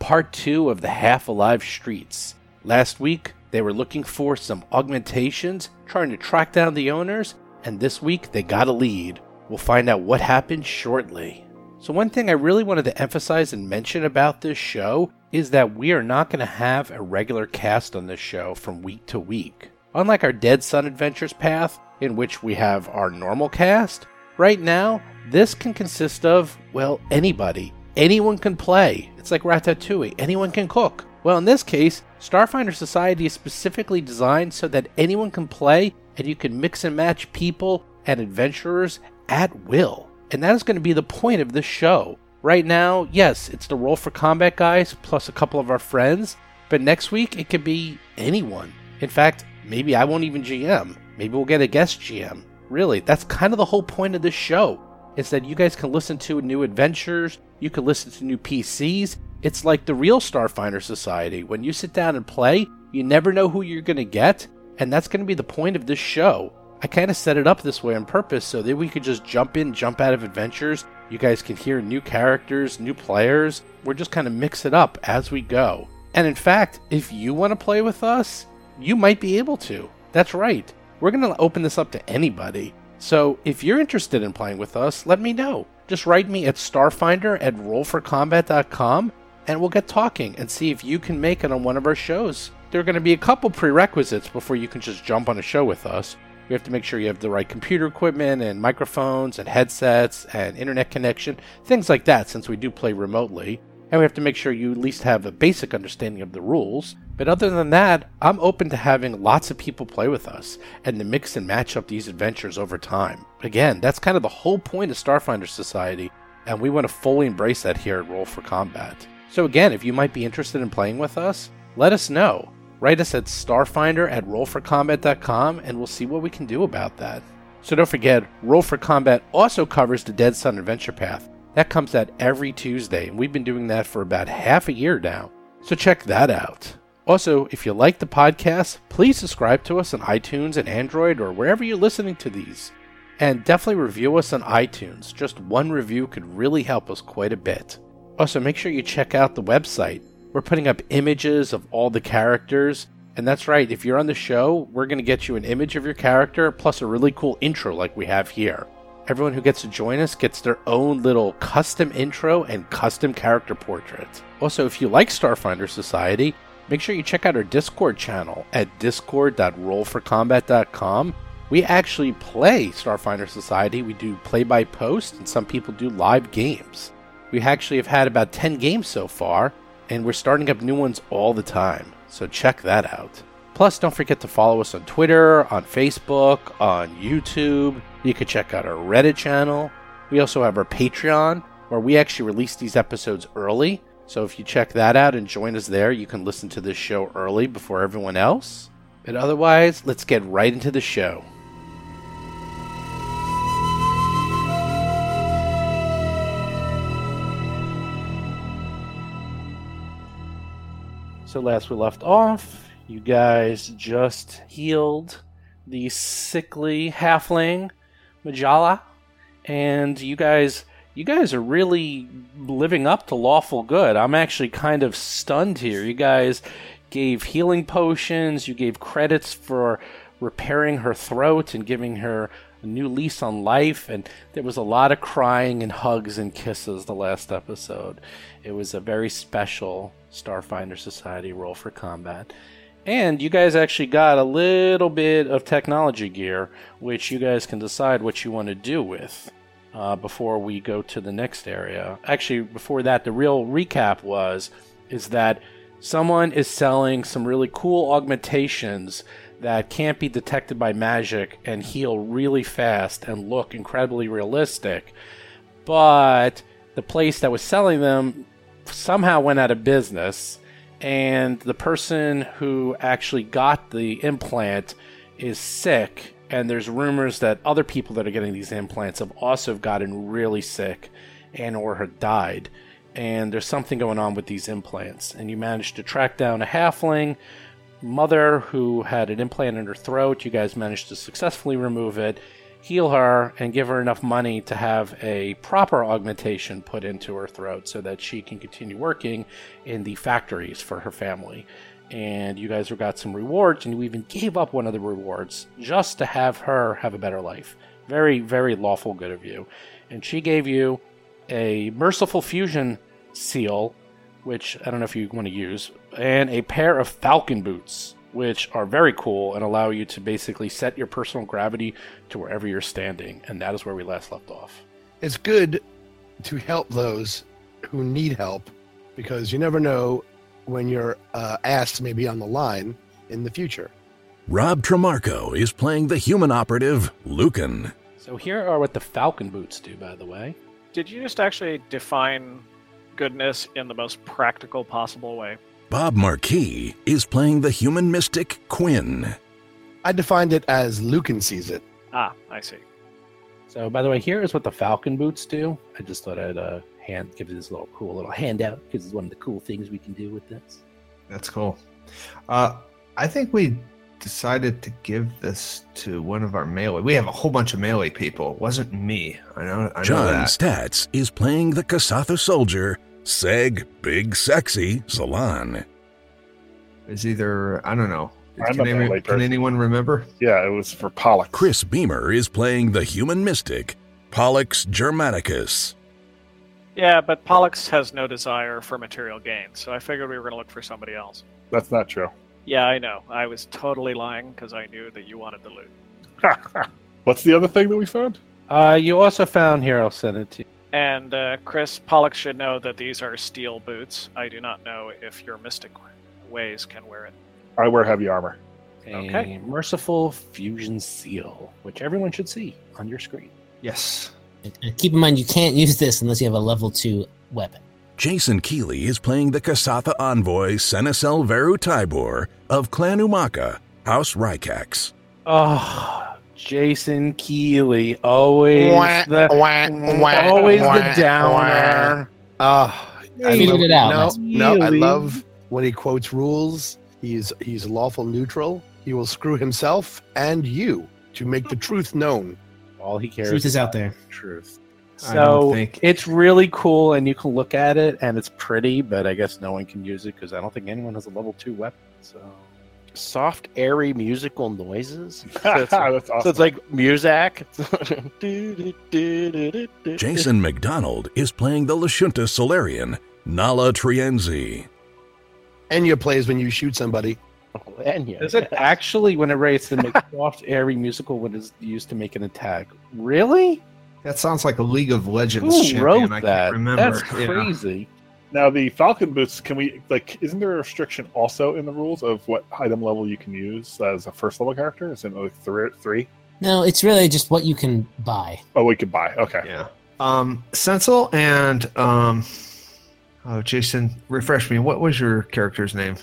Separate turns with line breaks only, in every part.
part two of the Half Alive Streets. Last week, they were looking for some augmentations, trying to track down the owners, and this week they got a lead. We'll find out what happened shortly. So, one thing I really wanted to emphasize and mention about this show is that we are not going to have a regular cast on this show from week to week. Unlike our Dead Sun Adventures path, in which we have our normal cast, Right now, this can consist of, well, anybody. Anyone can play. It's like Ratatouille. Anyone can cook. Well, in this case, Starfinder Society is specifically designed so that anyone can play and you can mix and match people and adventurers at will. And that is going to be the point of this show. Right now, yes, it's the Roll for Combat guys plus a couple of our friends, but next week it could be anyone. In fact, maybe I won't even GM. Maybe we'll get a guest GM. Really, that's kind of the whole point of this show. Is that you guys can listen to new adventures, you can listen to new PCs. It's like the real Starfinder Society. When you sit down and play, you never know who you're going to get, and that's going to be the point of this show. I kind of set it up this way on purpose so that we could just jump in, jump out of adventures. You guys can hear new characters, new players. We're just kind of mix it up as we go. And in fact, if you want to play with us, you might be able to. That's right. We're going to open this up to anybody. So if you're interested in playing with us, let me know. Just write me at starfinder at rollforcombat.com and we'll get talking and see if you can make it on one of our shows. There are going to be a couple prerequisites before you can just jump on a show with us. You have to make sure you have the right computer equipment and microphones and headsets and internet connection, things like that, since we do play remotely. And we have to make sure you at least have a basic understanding of the rules. But other than that, I'm open to having lots of people play with us and to mix and match up these adventures over time. Again, that's kind of the whole point of Starfinder Society, and we want to fully embrace that here at Roll for Combat. So again, if you might be interested in playing with us, let us know. Write us at starfinder at rollforcombat.com and we'll see what we can do about that. So don't forget, Roll for Combat also covers the Dead Sun Adventure Path. That comes out every Tuesday, and we've been doing that for about half a year now. So check that out. Also, if you like the podcast, please subscribe to us on iTunes and Android or wherever you're listening to these. And definitely review us on iTunes. Just one review could really help us quite a bit. Also, make sure you check out the website. We're putting up images of all the characters. And that's right, if you're on the show, we're going to get you an image of your character plus a really cool intro like we have here. Everyone who gets to join us gets their own little custom intro and custom character portrait. Also, if you like Starfinder Society, make sure you check out our Discord channel at discord.rollforcombat.com. We actually play Starfinder Society. We do play by post, and some people do live games. We actually have had about 10 games so far, and we're starting up new ones all the time. So check that out. Plus, don't forget to follow us on Twitter, on Facebook, on YouTube. You could check out our Reddit channel. We also have our Patreon, where we actually release these episodes early. So if you check that out and join us there, you can listen to this show early before everyone else. But otherwise, let's get right into the show. So last we left off, you guys just healed the sickly halfling Majala, and you guys you guys are really living up to lawful good. I'm actually kind of stunned here. You guys gave healing potions, you gave credits for repairing her throat and giving her a new lease on life and there was a lot of crying and hugs and kisses the last episode. It was a very special Starfinder Society role for combat. And you guys actually got a little bit of technology gear, which you guys can decide what you want to do with uh, before we go to the next area. Actually, before that, the real recap was is that someone is selling some really cool augmentations that can't be detected by magic and heal really fast and look incredibly realistic. But the place that was selling them somehow went out of business, and the person who actually got the implant is sick. And there's rumors that other people that are getting these implants have also gotten really sick and or have died. And there's something going on with these implants. And you managed to track down a halfling mother who had an implant in her throat. You guys managed to successfully remove it, heal her, and give her enough money to have a proper augmentation put into her throat so that she can continue working in the factories for her family. And you guys got some rewards, and you even gave up one of the rewards just to have her have a better life. Very, very lawful good of you. And she gave you a merciful fusion seal which I don't know if you want to use, and a pair of falcon boots, which are very cool and allow you to basically set your personal gravity to wherever you're standing. And that is where we last left off.
It's good to help those who need help because you never know when your uh, ass may be on the line in the future.
Rob Tremarco is playing the human operative, Lucan.
So here are what the falcon boots do, by the way.
Did you just actually define goodness in the most practical possible way.
Bob Marquis is playing the human mystic Quinn.
I defined it as Lucan sees it.
Ah, I see.
So, by the way, here is what the Falcon boots do. I just thought I'd uh, hand give you this little cool little handout because it's one of the cool things we can do with this.
That's cool. Uh, I think we decided to give this to one of our melee. We have a whole bunch of melee people. It wasn't me. I know. I know
John
that.
Stats is playing the Kasatha soldier, Seg Big Sexy Zalan.
It's either I don't know.
I'm
Can,
a
any-
melee
can
person.
anyone remember?
Yeah, it was for Pollock.
Chris Beamer is playing the human mystic, Pollux Germanicus.
Yeah, but Pollux has no desire for material gain, so I figured we were going to look for somebody else.
That's not true.
Yeah, I know. I was totally lying because I knew that you wanted the loot.
What's the other thing that we found?
Uh, you also found here, I'll send it to you.
And uh, Chris, Pollux should know that these are steel boots. I do not know if your mystic ways can wear it.
I wear heavy armor.
Okay.
A merciful fusion seal, which everyone should see on your screen.
Yes.
And Uh, Keep in mind, you can't use this unless you have a level two weapon.
Jason Keeley is playing the Kasatha envoy, Senecel Veru Tibor of Clan Umaka, House Rykax.
Oh, Jason Keeley, always
Wah,
the
wah, wah,
always
wah,
the downer.
Ah, I
Figured
love-
it out, Master.
No, no, I
Really?
love when he quotes rules. He's he's lawful neutral. He will screw himself and you to make the truth known.
All he cares
Truth is out there.
Truth.
I don't
So
think-
it's really cool, and you can look at it, and it's pretty. But I guess no one can use it because I don't think anyone has a level two weapon. So
soft, airy musical noises. So
That's
it's, like-
awesome.
so it's like Muzak.
Jason McDonald is playing the Lashunta Solarian, Nala Trienzi.
Enya plays when you shoot somebody.
And yeah.
is it actually when it rates to make soft, airy musical when it's used to make an attack? Really?
That sounds like a League of Legends
Who
champion.
wrote
I
that?
can't remember.
That's
Yeah.
crazy.
now the Falcon boots. Can we like? Isn't there a restriction also in the rules of what item level you can use as a first level character? Is it like three? three?
No, it's really just what you can buy.
Oh, we could buy. Okay.
Yeah. Um, Sensel and um, oh, Jason, refresh me. What was your character's name?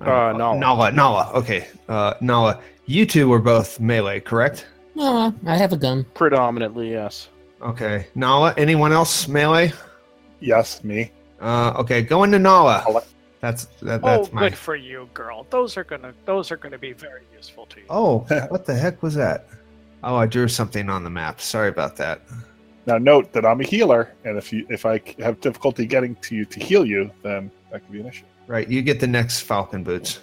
Uh, Nala.
Nala. Nala. Okay. Uh, Nala. You two were both melee, correct?
No, I have a gun.
Predominantly, yes.
Okay. Nala. Anyone else melee?
Yes, me.
Uh, okay. Going to Nala.
Nala.
That's that,
Oh,
that's
good
my.
for you, girl. Those are gonna those are gonna be very useful to you.
Oh, what the heck was that? Oh, I drew something on the map. Sorry about that.
Now note that I'm a healer, and if you if I c- have difficulty getting to you to heal you, then that could be an issue.
Right. You get the next Falcon boots.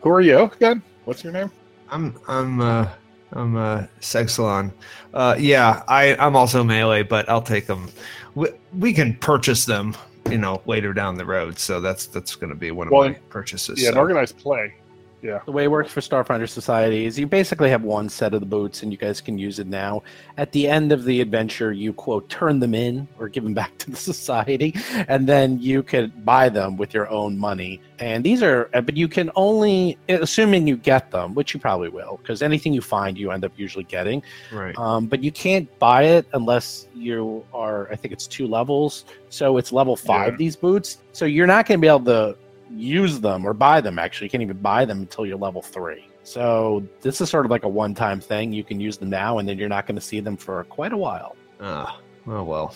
Who are you again? What's your name?
I'm I'm uh I'm uh Sexalon. Uh yeah, I I'm also melee, but I'll take them. We, we can purchase them, you know, later down the road. So that's that's going to be one of
Well,
my purchases.
yeah,
so.
in organized play, Yeah.
The way it works for Starfinder Society is you basically have one set of the boots and you guys can use it now. At the end of the adventure, you quote, turn them in or give them back to the society, and then you could buy them with your own money. And these are, uh, but you can only, assuming you get them, which you probably will, because anything you find, you end up usually getting.
Right.
Um, but you can't buy it unless you are, I think it's two levels. So it's level five,
Yeah.
these boots. So you're not going to be able to use them or buy them, actually. You can't even buy them until you're level three. So this is sort of like a one time thing. You can use them now, and then you're not going to see them for quite a while.
Ah, oh well.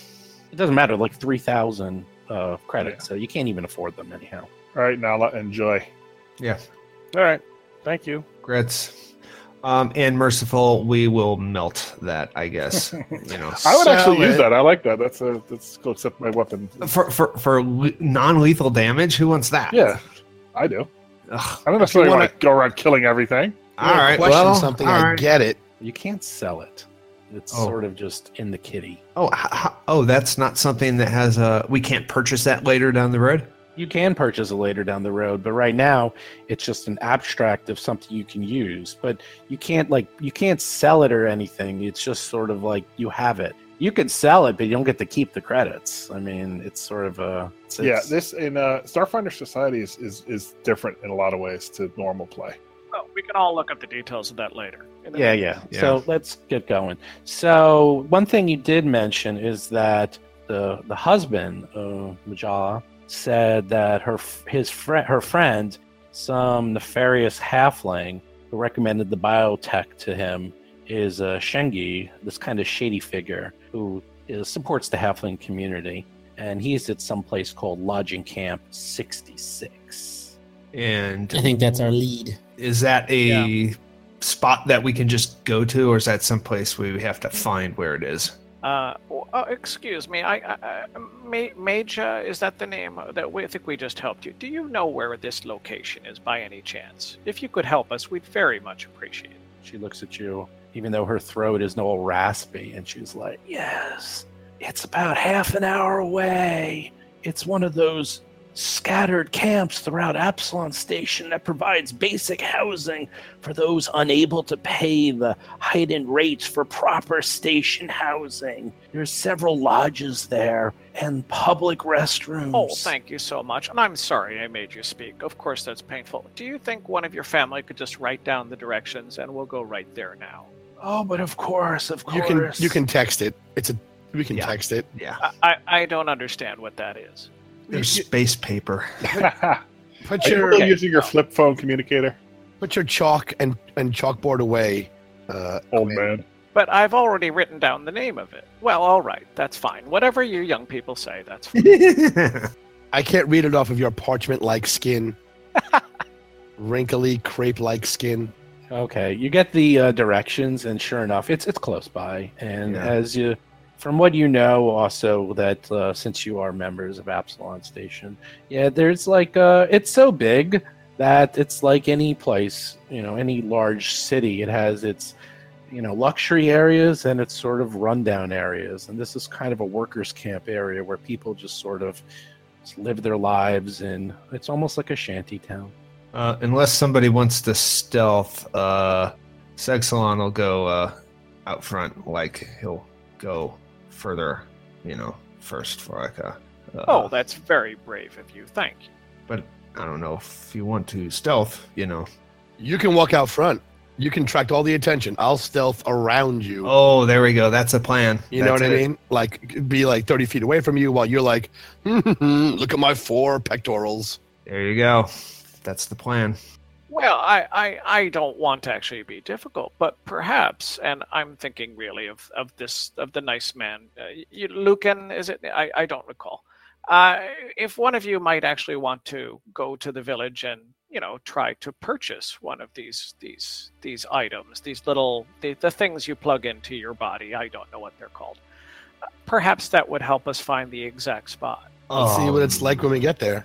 It doesn't matter, like 3,000 uh, credits. So you can't even afford them, anyhow.
All right, now let enjoy.
Yeah.
All right. Thank you.
Grits. Um, and merciful, we will melt that. I guess. you know.
I would actually
Sell
use
it.
that. I like that. That's a that's cool. Except my weapon.
For for for le- non-lethal damage, who wants that?
Yeah, I do.
Ugh.
I don't necessarily
wanna-
want to go around killing everything.
All right.
Question
Well,
something.
all
I
right.
get it.
You can't sell it, it's
Oh.
sort of just in the kitty.
Oh, h- h- oh, that's not something that has a. We can't purchase that later down the road.
you can purchase it later down the road but right now it's just an abstract of something you can use but you can't like you can't sell it or anything it's just sort of like you have it you could sell it but you don't get to keep the credits i mean it's sort of a it's,
yeah,
it's-
this in uh, Starfinder Society is, is is different in a lot of ways to normal play.
Well, Oh, we can all look up the details of that later. And then-
yeah, yeah
Yeah.
so let's get going so one thing you did mention is that the the husband of majala said that her f- his friend her friend some nefarious halfling who recommended the biotech to him is uh, Shengi, this kind of shady figure who is, supports the halfling community, and he's at some place called Lodging Camp 66.
And
I think that's our lead.
is that a spot that we can just go to, or is that someplace we have to find where it is?
Uh, oh, oh, excuse me. I, I, I Ma- Major, is that the name that we I think we just helped you? Do you know where this location is by any chance? If you could help us, we'd very much appreciate it.
She looks at you, even though her throat is all raspy, and she's like, Yes, it's about half an hour away. It's one of those scattered camps throughout Absalon Station that provides basic housing for those unable to pay the heightened rates for proper station housing. There's several lodges there and public restrooms.
Oh, thank you so much. And I'm sorry I made you speak. Of course, that's painful. Do you think one of your family could just write down the directions and we'll go right there now?
Oh, but of course, of course.
You can you can text it. It's a we can
Yeah.
text it.
Yeah,
I, I, I don't understand what that is.
there's space paper.
Are
Put
you
your
really using your flip phone communicator,
put your chalk and and chalkboard away. Uh,
old man?
But I've already written down the name of it. Well, all right, that's fine. Whatever you young people say, that's fine.
I can't read it off of your parchment-like skin, wrinkly crepe-like skin.
Okay, you get the uh, directions, and sure enough, it's it's close by. And
Yeah.
as you, from what you know, also that uh, since you are members of Absalon Station, yeah, there's like uh, it's so big that it's like any place, you know, any large city. It has its, you know, luxury areas and its sort of rundown areas. And this is kind of a workers' camp area where people just sort of just live their lives, and it's almost like a shanty town.
uh, unless somebody wants to stealth, uh, Sexalon will go uh, out front. Like he'll go further, you know, first for like a. Uh,
Oh, that's very brave of you. Thank you.
but I don't know if you want to stealth. You know.
You can walk out front. You can attract all the attention. I'll stealth around you.
Oh, there we go. That's a plan.
You know
That's
what I
it.
mean? Like be like thirty feet away from you while you're like, look at my four pectorals.
There you go. That's the plan.
Well, I, I, I don't want to actually be difficult, but perhaps, and I'm thinking really of, of this of the nice man, uh, you, Lucan, is it? I, I don't recall. Uh, if one of you might actually want to go to the village and you know try to purchase one of these these these items, these little the, the things you plug into your body. I don't know what they're called. Uh, Perhaps that would help us find the exact spot.
Let's see what it's
Um,
like when we get there.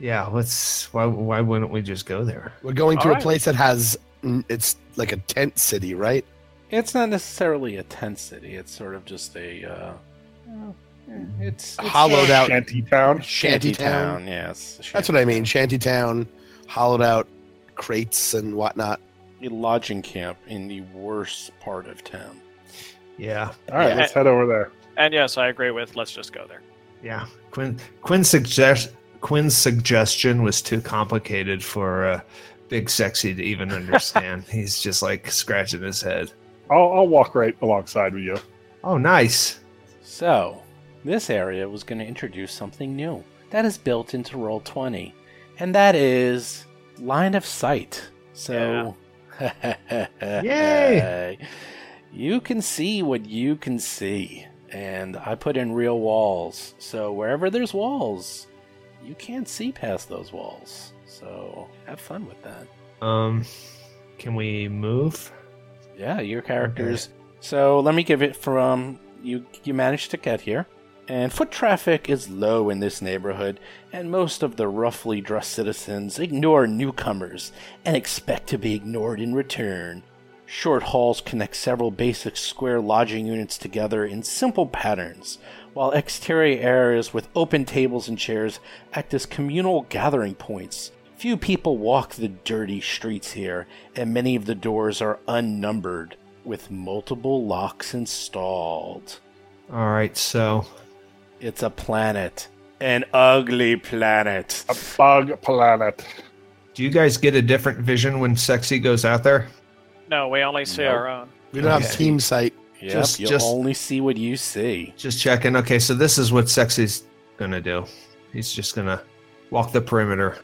Yeah, let's. Why, why wouldn't we just go there?
We're going to
All
a
right.
place that has mm, it's like a tent city, right?
It's not necessarily a tent city. It's sort of just a uh, it's, it's
Hollowed out
Shanty town.
shanty
shanty town.
town. Yes,
That's what I mean. Shanty town, hollowed out crates and whatnot.
A lodging camp in the worst part of town.
Yeah,
All right,
Yeah.
let's head over there.
And yes, I agree with let's just go there.
yeah. Quinn Quinn's suggest Quinn's suggestion was too complicated for uh, Big Sexy to even understand. He's just like scratching his head.
I'll, I'll walk right alongside with you.
Oh, nice.
So, this area was going to introduce something new that is built into Roll20, and that is line of sight. So,
Yay!
You can see what you can see, and I put in real walls. So, wherever there's walls, you can't see past those walls. So, have fun with that.
Um, can we move?
Yeah, your characters. So let me give it from you. You managed to get here, and foot traffic is low in this neighborhood, and most of the roughly dressed citizens ignore newcomers and expect to be ignored in return. Short halls connect several basic square lodging units together in simple patterns, while exterior areas with open tables and chairs act as communal gathering points. Few people walk the dirty streets here, and many of the doors are unnumbered, with multiple locks installed.
All right, so
It's a planet. An ugly planet.
A bug planet.
do you guys get a different vision when Sexy goes out there?
No, we only see our own.
We don't have
Okay.
team sight.
Yep,
just-
you
just-
only see what you see.
Just checking. Okay, so this is what Sexy's gonna do. He's just gonna walk the perimeter.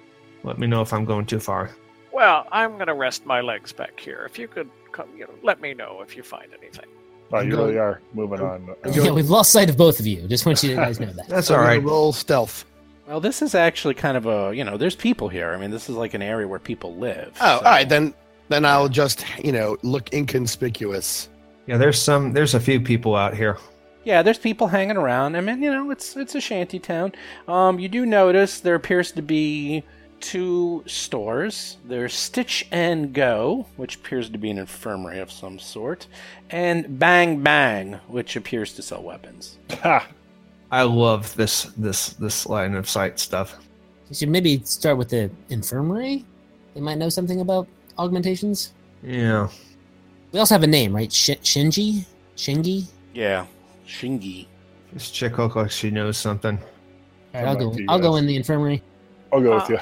Let me know if I'm going too far.
Well, I'm gonna rest my legs back here. If you could come, you know, let me know if you find anything.
Oh, you
Go-
really are moving on. Uh,
Go-
Yeah, we've lost sight of both of you. Just want you to guys know that.
That's
So
all
we're gonna
right.
Roll stealth.
Well, this is actually kind of a, you know, there's people here. I mean, this is like an area where people live.
Oh, all
so-
right then. Then I'll just you know look inconspicuous.
Yeah, there's some. There's a few people out here.
Yeah, there's people hanging around. I mean, you know, it's it's a shanty town. Um, you do notice there appears to be two stores. There's Stitch and Go, which appears to be an infirmary of some sort, and Bang Bang, which appears to sell weapons.
ha,
I love this this this line of sight stuff.
You should maybe start with the infirmary. They might know something about augmentations.
Yeah.
We also have a name, right? Sh- Shinji? Shingi?
Yeah, Shingi.
This chick looks like she knows something.
All right, I'll
Come
go.
back to you
I'll go
guys.
in the infirmary.
I'll go with
Uh,
you.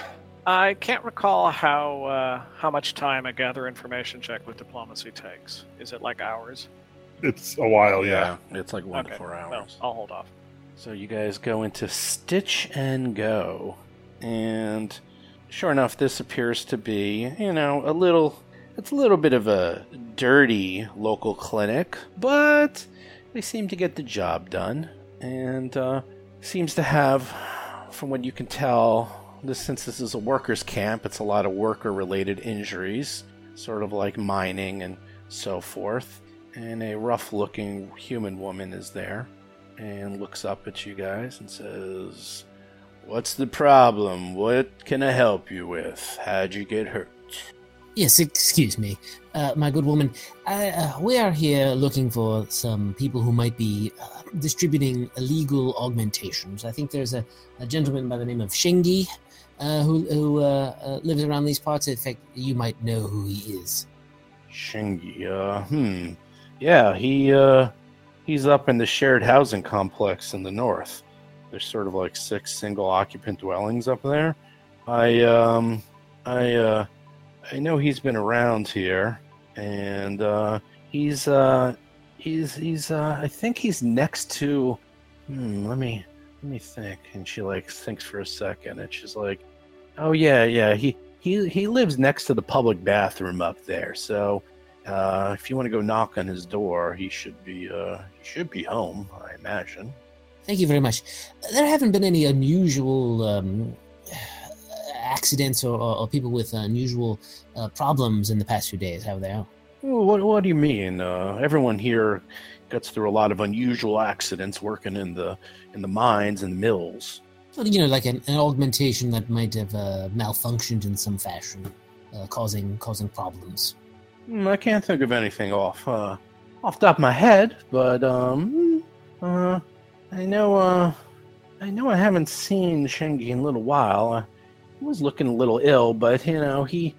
I can't recall how uh, how much time a gather information check with diplomacy takes. Is it like hours?
It's a while, Oh, yeah.
it's like one to four
well,
hours.
I'll hold off.
So you guys go into Stitch and Go, and sure enough, this appears to be, you know, a little. It's a little bit of a dirty local clinic, but they seem to get the job done, and uh, seems to have, from what you can tell, this since this is a workers' camp, it's a lot of worker-related injuries, sort of like mining and so forth. And a rough-looking human woman is there and looks up at you guys and says, What's the problem? What can I help you with? How'd you get hurt?
Yes, excuse me, uh, my good woman. I, uh, we are here looking for some people who might be uh, distributing illegal augmentations. I think there's a, a gentleman by the name of Shingi uh, who, who uh, uh, lives around these parts. In fact, you might know who he is.
Shingy, uh, hmm. Yeah, he, uh, he's up in the shared housing complex in the north. There's sort of like six single occupant dwellings up there. I, um, I, uh, I know he's been around here, and, uh, he's, uh, he's, he's, uh, I think he's next to, hmm, let me, let me think. And she, like, thinks for a second, and she's like, Oh yeah, yeah. He he he lives next to the public bathroom up there. So uh, if you want to go knock on his door, he should be uh, he should be home, I imagine.
Thank you very much. There haven't been any unusual um, accidents or, or, or people with unusual uh, problems in the past few days, have there?
Well, What what do you mean? Uh, everyone here gets through a lot of unusual accidents working in the in the mines and mills.
Well, you know, like an, an augmentation that might have uh, malfunctioned in some fashion, uh, causing causing problems.
Hmm, I can't think of anything off uh, off the top of my head, but um, hmm, uh, I know uh, I know I haven't seen Shingi in a little while. Uh, he was looking a little ill, but you know he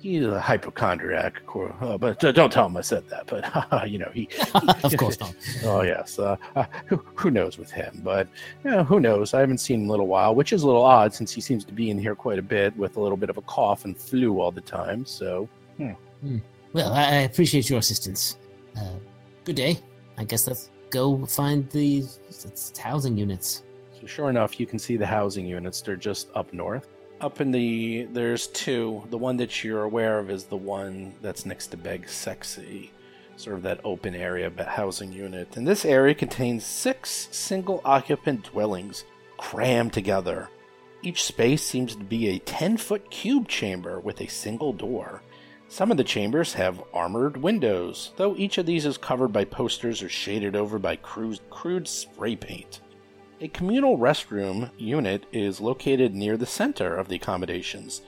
he's a hypochondriac, of course, uh, but uh, don't tell him I said that. But you know, he.
of course not.
Oh yes, uh, uh, who, who knows with him? But you know, who knows? I haven't seen him in a little while, which is a little odd since he seems to be in here quite a bit with a little bit of a cough and flu all the time. So
Well, I, I appreciate your assistance. Uh, good day. I guess let's go find the it's housing units.
So sure enough, you can see the housing units. They're just up north. Up in the there's two. The one that you're aware of is the one that's next to Beg Sexy, sort of that open area but housing unit. And this area contains six single occupant dwellings crammed together. Each space seems to be a 10 foot cube chamber with a single door. Some of the chambers have armored windows, though each of these is covered by posters or shaded over by crude, crude spray paint. A communal restroom unit is located near the center of the accommodations.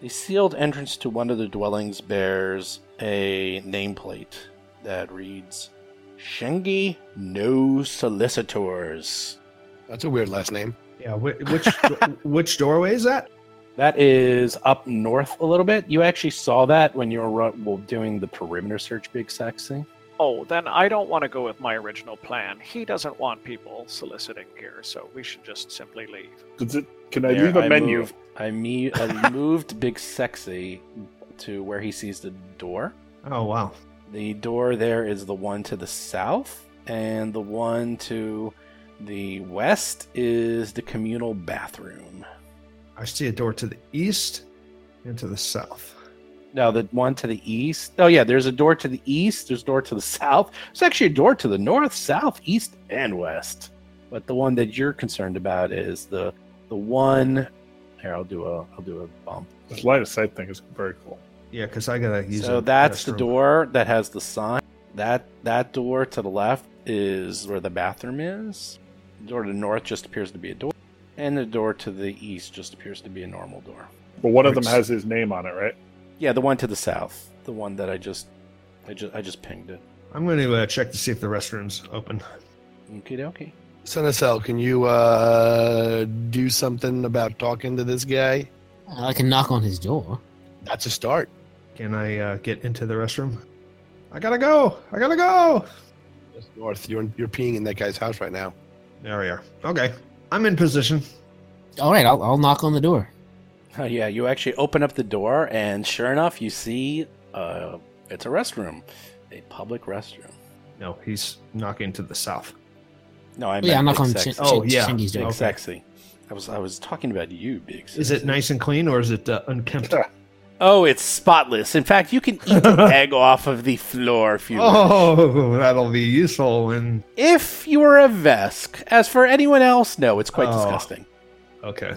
The sealed entrance to one of the dwellings bears a nameplate that reads Shengi No Solicitors.
That's a weird last name.
Yeah, whi- which which doorway is that?
That is up north a little bit. You actually saw that when you were ru- well, doing the perimeter search, Big Sexy.
Oh, then I don't want to go with my original plan. He doesn't want people soliciting here, so we should just simply leave.
Does it? Can I
There,
leave a menu?
moved- I, me- I moved Big Sexy to where he sees the door.
Oh wow.
The door there is the one to the south, and the one to the west is the communal bathroom.
I see a door to the east and to the south.
No, the one to the east. Oh yeah, there's a door to the east. There's a door to the south. There's actually a door to the north, south, east, and west. But the one that you're concerned about is the the one. Here, I'll do a I'll do a bump.
This light of sight thing is very cool.
Yeah, because I gotta use.
so
a
that's the
restroom.
door that has the sign. That that door to the left is where the bathroom is. The door to the north just appears to be a door, and the door to the east just appears to be a normal door.
But one of them
Which-
has his name on it, right?
Yeah, the one to the south, the one that I just I just I just pinged it.
I'm going to uh, check to see if the restroom's open.
Okie dokie.
Senecel, can you uh, do something about talking to this guy?
Uh, I can knock on his door.
That's a start.
Can I uh, get into the restroom? I gotta go. I gotta go.
That's North, you're you're peeing in that guy's house right now.
There we are. Okay, I'm in position.
All right, I'll, I'll knock on the door.
Oh, yeah, you actually open up the door, and sure enough, you see uh, it's a restroom, a public restroom.
No, he's knocking to the south.
No, I
Oh, yeah, I'll
meant
knock
big
on
sexy.
Sh-
Oh, yeah.
Shingi's
big
door.
Okay.
sexy. I was I was talking about you, big. Sexy.
Is it nice and clean or is it uh, unkempt?
Oh, it's spotless. In fact, you can eat the egg off of the floor if you. wish.
Oh, that'll be useful when.
If you were a Vesk, as for anyone else, no, it's quite
Oh.
disgusting.
Okay.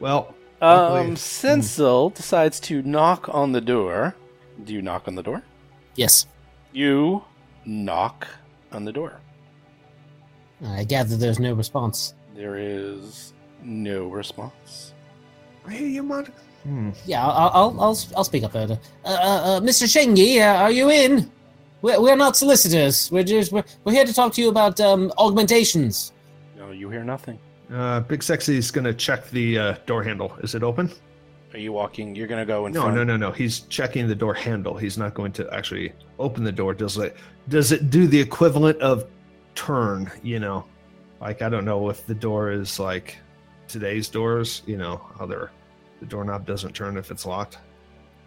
Well,
Um,
Luckily-
Sensil decides to knock on the door. Do you knock on the door?
Yes.
You knock on the door.
I gather there's no response.
There is no response.
hey, you mon- Hmm.
Yeah, I'll I'll I'll, I'll speak up further. Uh, uh, uh, Mr. Shengi, uh, are you in? We're, we're not solicitors. We're just we're, we're here to talk to you about um, augmentations.
No, you hear nothing.
Uh, Big Sexy's gonna check the uh, door handle. Is it open?
Are you walking? You're gonna go in
No,
front.
no, no, no. He's checking the door handle. He's not going to actually open the door. Does it? Does it do the equivalent of turn? You know, like I don't know if the door is like today's doors. You know, how they're the doorknob doesn't turn if it's locked.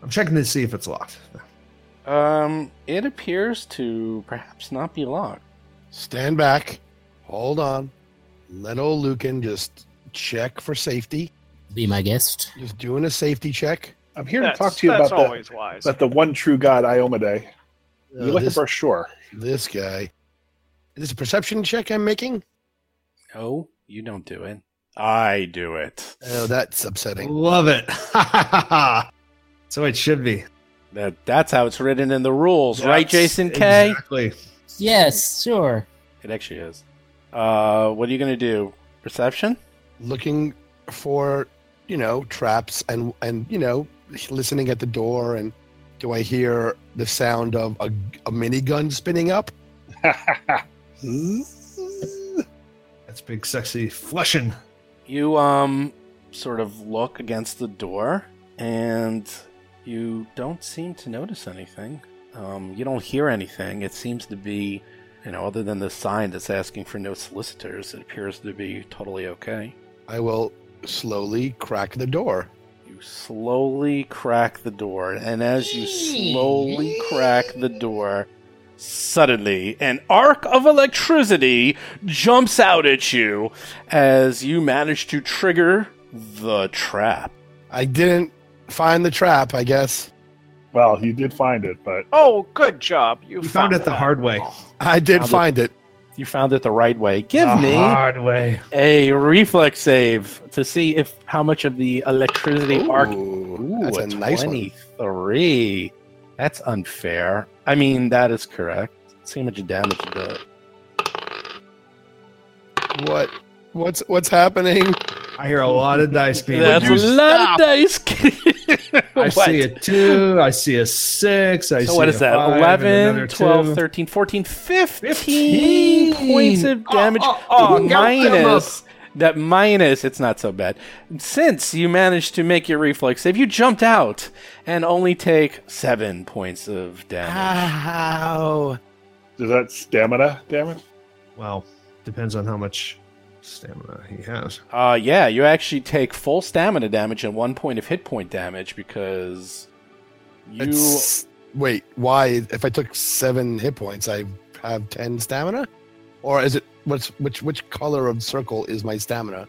I'm checking to see if it's locked.
Um, it appears to perhaps not be locked.
Stand back. Hold on. Let old Lucan just check for safety.
Be my guest.
Just doing a safety check.
I'm here
that's
to talk to you
that's
about the,
always wise.
about the one true god, Iomade.
Uh,
You're looking
this,
for a shore.
this guy. Is this a perception check I'm making?
No, you don't do it. I do it.
Uh,
Oh, that's upsetting.
Love it. so it should be
That that's how it's written in the rules, right,
That's
Jason K?
Exactly.
Yes, sure.
It actually is. Uh, what are you gonna do? Perception?
Looking for, you know, traps and and you know, listening at the door and do I hear the sound of a, a minigun spinning up?
That's big sexy flushing.
You um sort of look against the door, and You don't seem to notice anything. Um, you don't hear anything. It seems to be, you know, other than the sign that's asking for no solicitors, it appears to be totally okay.
I will slowly crack the door.
You slowly crack the door, and as you slowly crack the door, suddenly an arc of electricity jumps out at you as you manage to trigger the trap.
I didn't find the trap, I guess.
Well, you did find it, but
Oh, good job. You,
You found it the
that.
hard way.
I did
Now the-
find it.
You found it the right way. Give
The
me
hard way.
a reflex save to see if how much of the electricity arc
Ooh,
Ooh,
that's a, nice one.
23. That's unfair. I mean, that is correct. See how much damage it does.
What? What's what's happening?
I hear a lot of dice being
That's a
used.
lot of dice.
I
What?
see a two. I see a six. I see
So what
a
is that?
five, and
11,
another
12,
two.
13, 14, 15,
15.
points of damage.
Oh, oh, oh, count them
minus that minus, it's not so bad. Since you managed to make your reflex save, you jumped out and only take seven points of damage.
Ow.
is that stamina damage?
Well, depends on how much stamina he has.
Uh, yeah, you actually take full stamina damage and one point of hit point damage because you.
It's- wait, why? If I took seven hit points, I have ten stamina, or is it what's which which color of circle is my stamina?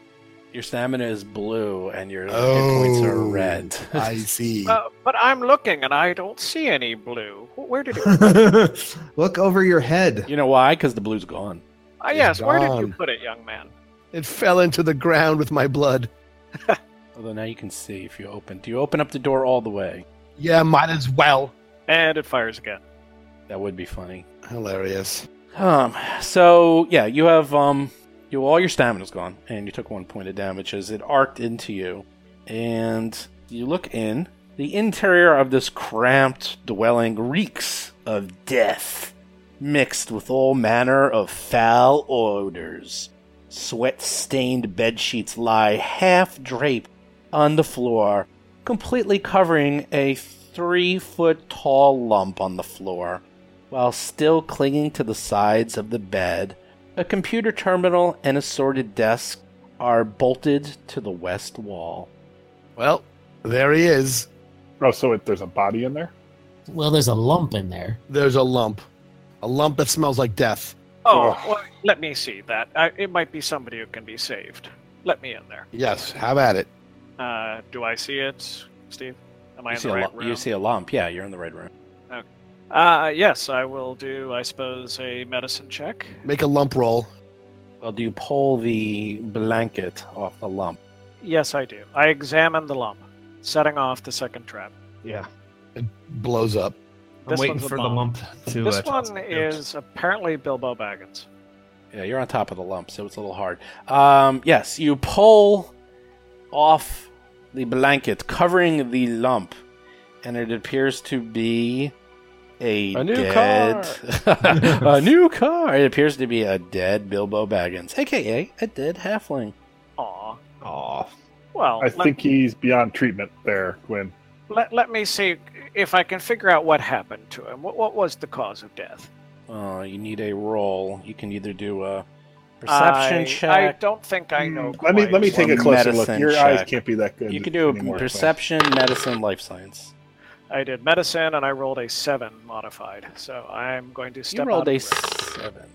Your stamina is blue and your hit points
Oh,
are red.
I see.
Uh, but I'm looking and I don't see any blue. Wh- Where did it go?
Look over your head.
you know why? Because the blue's gone.
Ah, yes, where did you
gone.
put it, young man?
it fell into the ground with my blood.
Although now you can see if you open. Do you open up the door all the way?
Yeah, might as well.
And it fires again.
That would be funny.
Hilarious.
Um. So yeah, you have um, you all your stamina's gone, and you took one point of damage as it arced into you, and you look in. The interior of this cramped dwelling reeks of death, mixed with all manner of foul odors. Sweat-stained bedsheets lie half draped on the floor, completely covering a three-foot-tall lump on the floor. While still clinging to the sides of the bed, a computer terminal and assorted desk are bolted to the west wall.
Well, there he is.
Oh, so it, there's a body in there.
Well, there's a lump in there.
There's a lump, a lump that smells like death.
Oh,
Ugh.
well, let me see that. I, it might be somebody who can be saved. Let me in there.
Yes, have at it.
Uh, do I see it, Steve? Am I
You
in
see,
the
a
right
lu-
room?
you see a lump. Yeah, you're in the right room.
Uh, yes, I will do, I suppose, a medicine check.
Make a lump roll.
Well, do you pull the blanket off the lump?
Yes, I do. I examine the lump, setting off the second trap.
Yeah.
Blows up.
I'm
This
waiting
one's a
for the
bomb.
lump to. uh,
This
toss
one
it out.
is apparently Bilbo Baggins.
Yeah, you're on top of the lump, so it's a little hard. Um, yes, you pull off the blanket covering the lump, and it appears to be a,
A new
dead, a new car. It appears to be a dead Bilbo Baggins, aka a dead halfling.
Aw.
Aw.
Well,
I
let,
think he's beyond treatment there, Gwyn.
let, let me see if I can figure out what happened to him. What, what was the cause of death?
Uh, you need a roll. You can either do a perception
I, I
check.
don't think I know.
Hmm, Let me let me
quite.
take a
Or
closer look.
medicine
Your
check.
eyes can't be that good.
You can do a
anymore, so-
perception, medicine, life science.
I did medicine and I rolled a seven modified, so I'm going to step
you rolled
out
a
of the
seven.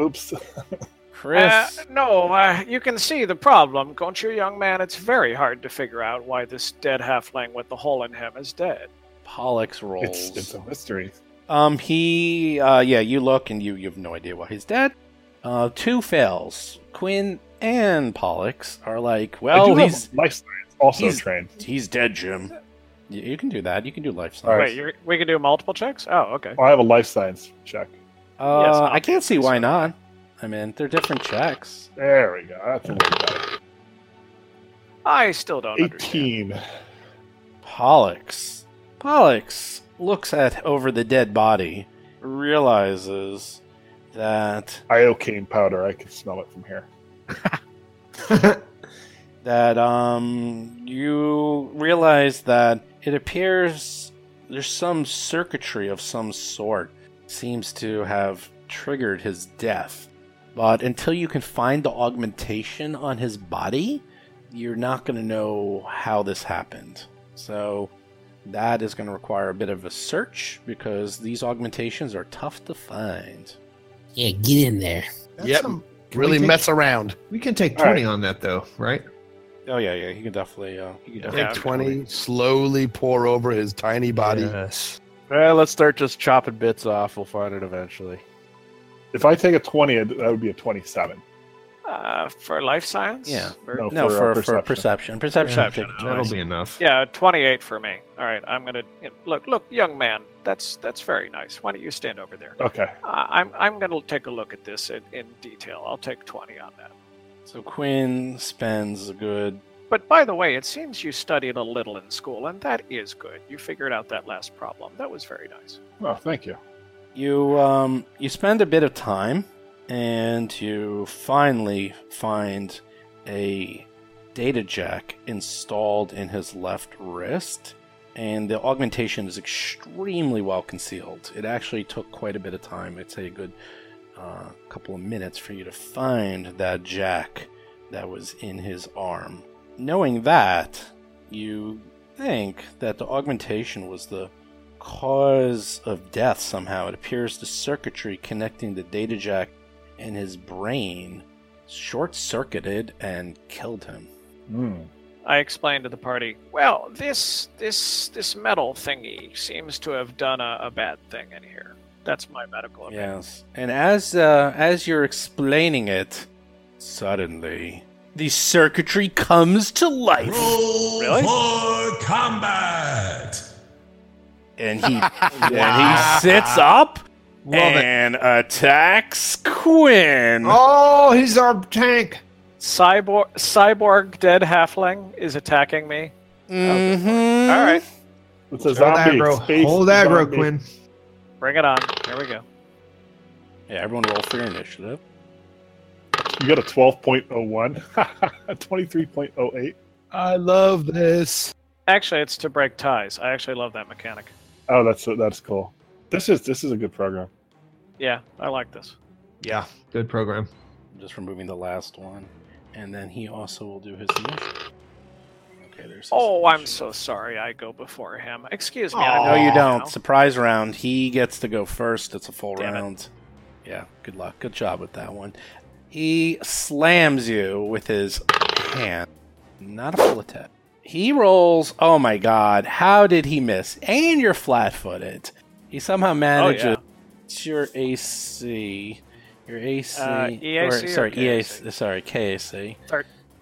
Oops.
room.
Chris.
Uh, no, uh, you can see the problem, don't you, young man? It's very hard to figure out why this dead halfling with the hole in him is dead.
Pollux rolls.
It's it's a mystery.
Um, he, uh, yeah, you look and you, you have no idea why he's dead. Uh, two fails. Quinn and Pollux are like,
I do
well,
have
he's
life science also
he's-
trained.
he's dead, Jim. You, you can do that. You can do life
All
science.
right.
Wait, you're, we can do multiple checks? Oh, okay.
Oh, I have a life science check.
Uh,
Yes,
I can't see
obviously
why
so.
not. I mean, they're different checks.
There we go. That's a little better.
I still don't understand.
Eighteen.
Pollux. Pollux looks at over the dead body, realizes that
Iocane powder. I can smell it from here.
that um you realize that It appears there's some circuitry of some sort seems to have triggered his death. But until you can find the augmentation on his body, you're not going to know how this happened. So that is going to require a bit of a search because these augmentations are tough to find.
Yeah, get in there.
That's
Yep.
some
Can we
really
take-
mess around.
We can take
All
20 on that, though, right?
Oh yeah, yeah, he can definitely. Uh, he can
Yeah.
definitely
Take
Twenty slowly pour over his tiny body.
Yes.
Well, let's start just chopping bits off. We'll find it eventually.
If I take a 20, I'd- that would be a 27.
Uh, for life science?
Yeah.
Or-
No.
No, for
For,
for,
uh,
perception,
perception.
perception.
Perception,
check.
That'll be enough.
Yeah, 28 for me. All right, I'm gonna look. Look, young man, that's that's very nice. Why don't you stand over there?
Okay.
Uh, I'm I'm gonna take a look at this in, in detail. I'll take 20 on that.
So Quinn spends a good
But by the way, it seems you studied a little in school, and that is good. You figured out that last problem. That was very nice.
Oh, thank you.
You um you spend a bit of time and you finally find a data jack installed in his left wrist and the augmentation is extremely well concealed. It actually took quite a bit of time. I'd say a good uh, couple of minutes for you to find that jack that was in his arm. Knowing that, you think that the augmentation was the cause of death somehow. It appears the circuitry connecting the data jack and his brain short circuited and killed him.
Hmm.
I explained to the party, well, this this this metal thingy seems to have done a, a bad thing in here. That's my medical opinion.
Yes. And as uh, as you're explaining it, suddenly the circuitry comes to life
Roll
Really?
for combat.
and he and he sits up and attacks Quinn.
Oh, he's our tank.
Cyborg cyborg dead halfling is attacking me.
Mhm.
All right,
It's a
Hold
zombie.
aggro.
Space
Hold aggro,
zombie.
Quinn.
bring it on. Here we go.
Yeah, everyone roll for your initiative.
You got a 12.01, 23.08.
I love this.
Actually, it's to break ties. I actually love that mechanic.
Oh, that's that's cool. This is this is a good program.
Yeah, I like this.
Yeah. Good program.
just removing the last one, and then he also will do his initiative. Okay, there's. his
Oh, I'm
initiative.
so sorry. I go before him. Excuse me.
No,
I know
you don't.
now.
Surprise round. He gets to go first. It's a full
Damn it.
round. Yeah, good luck. Good job with that one. He slams you with his hand. Not a full attack. He rolls. Oh my god. How did he miss? And you're flat footed. He somehow manages.
Oh, yeah.
It's your AC. Your AC.
Uh, EAC
or,
or
sorry,
KAC?
EAC. Sorry, KAC.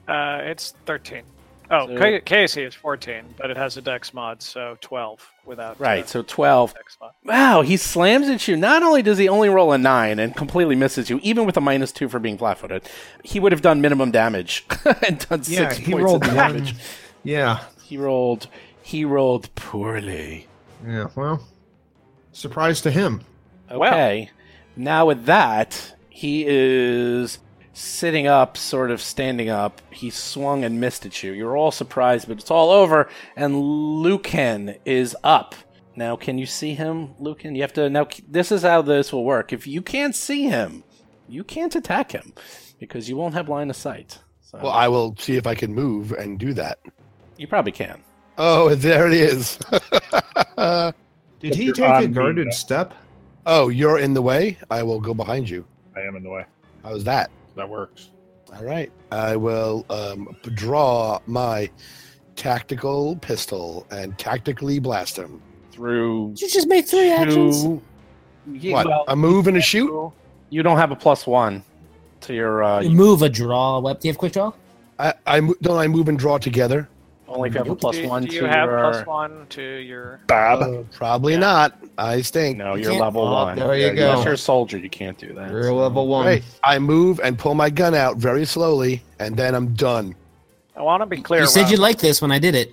Uh, it's 13. Oh,
So-
K- Casey is 14, but it has a dex mod, so 12 without
Right,
uh,
so 12.
dex mod.
Wow, he slams at you. Not only does he only roll a 9 and completely misses you, even with a minus 2 for being flat footed, he would have done minimum damage and done 6
he
points
rolled
of
one.
damage.
Yeah.
He rolled. He rolled poorly.
Yeah. Well, surprise to him.
Well.
Okay. Now with that, he is sitting up, sort of standing up. He swung and missed at you. You're all surprised, but it's all over. And Lucan is up. Now, can you see him, Lucan? You have to. Now, this is how this will work. If you can't see him, you can't attack him because you won't have line of sight. So
Well, I will see if I can move and do that.
you probably can.
Oh, there it is.
Did he
you're
take
on
a
beam,
guarded
though.
step?
oh, you're in the way. I will go behind you.
I am in the way.
How's that?
That works.
All right. I will um, p- draw my tactical pistol and tactically blast him.
Through
Did you just make three actions?
two. Yeah,
What?
well,
a move and a shoot?
you don't have a plus one to your. Uh,
You move a draw a weapon. Do you have quick draw?
I, I mo- don't. I move and draw together.
only if you have a plus
do,
one
do you
to
have
your.
plus one to your
Bob.
Uh, probably
Yeah.
not. I stink.
No,
You
you're
can't-
level
Oh,
one.
there you
Yeah, Unless
go.
you're a soldier, you can't do that.
You're level one.
Right. I move and pull my gun out very slowly, and then I'm done.
i want to be clear
You said
Rob.
you liked this when I did it.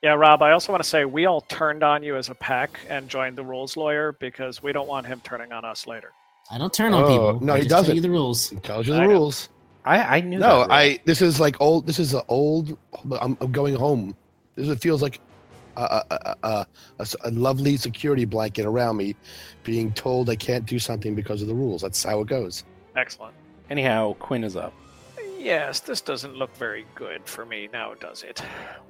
yeah rob i also want to say we all turned on you as a pack and joined the rules lawyer because we don't want him turning on us later
I don't turn on
Oh,
people.
no,
I
he
just tell
doesn't.
you the rules.
It tells you the
I know.
rules.
I, I knew
No,
that. rule.
I. This is like old. This is an old. I'm, I'm going home. This is, it feels like a, a, a, a, a lovely security blanket around me, being told I can't do something because of the rules. That's how it goes.
Excellent.
Anyhow, Quinn is up.
Yes, this doesn't look very good for me now, does it?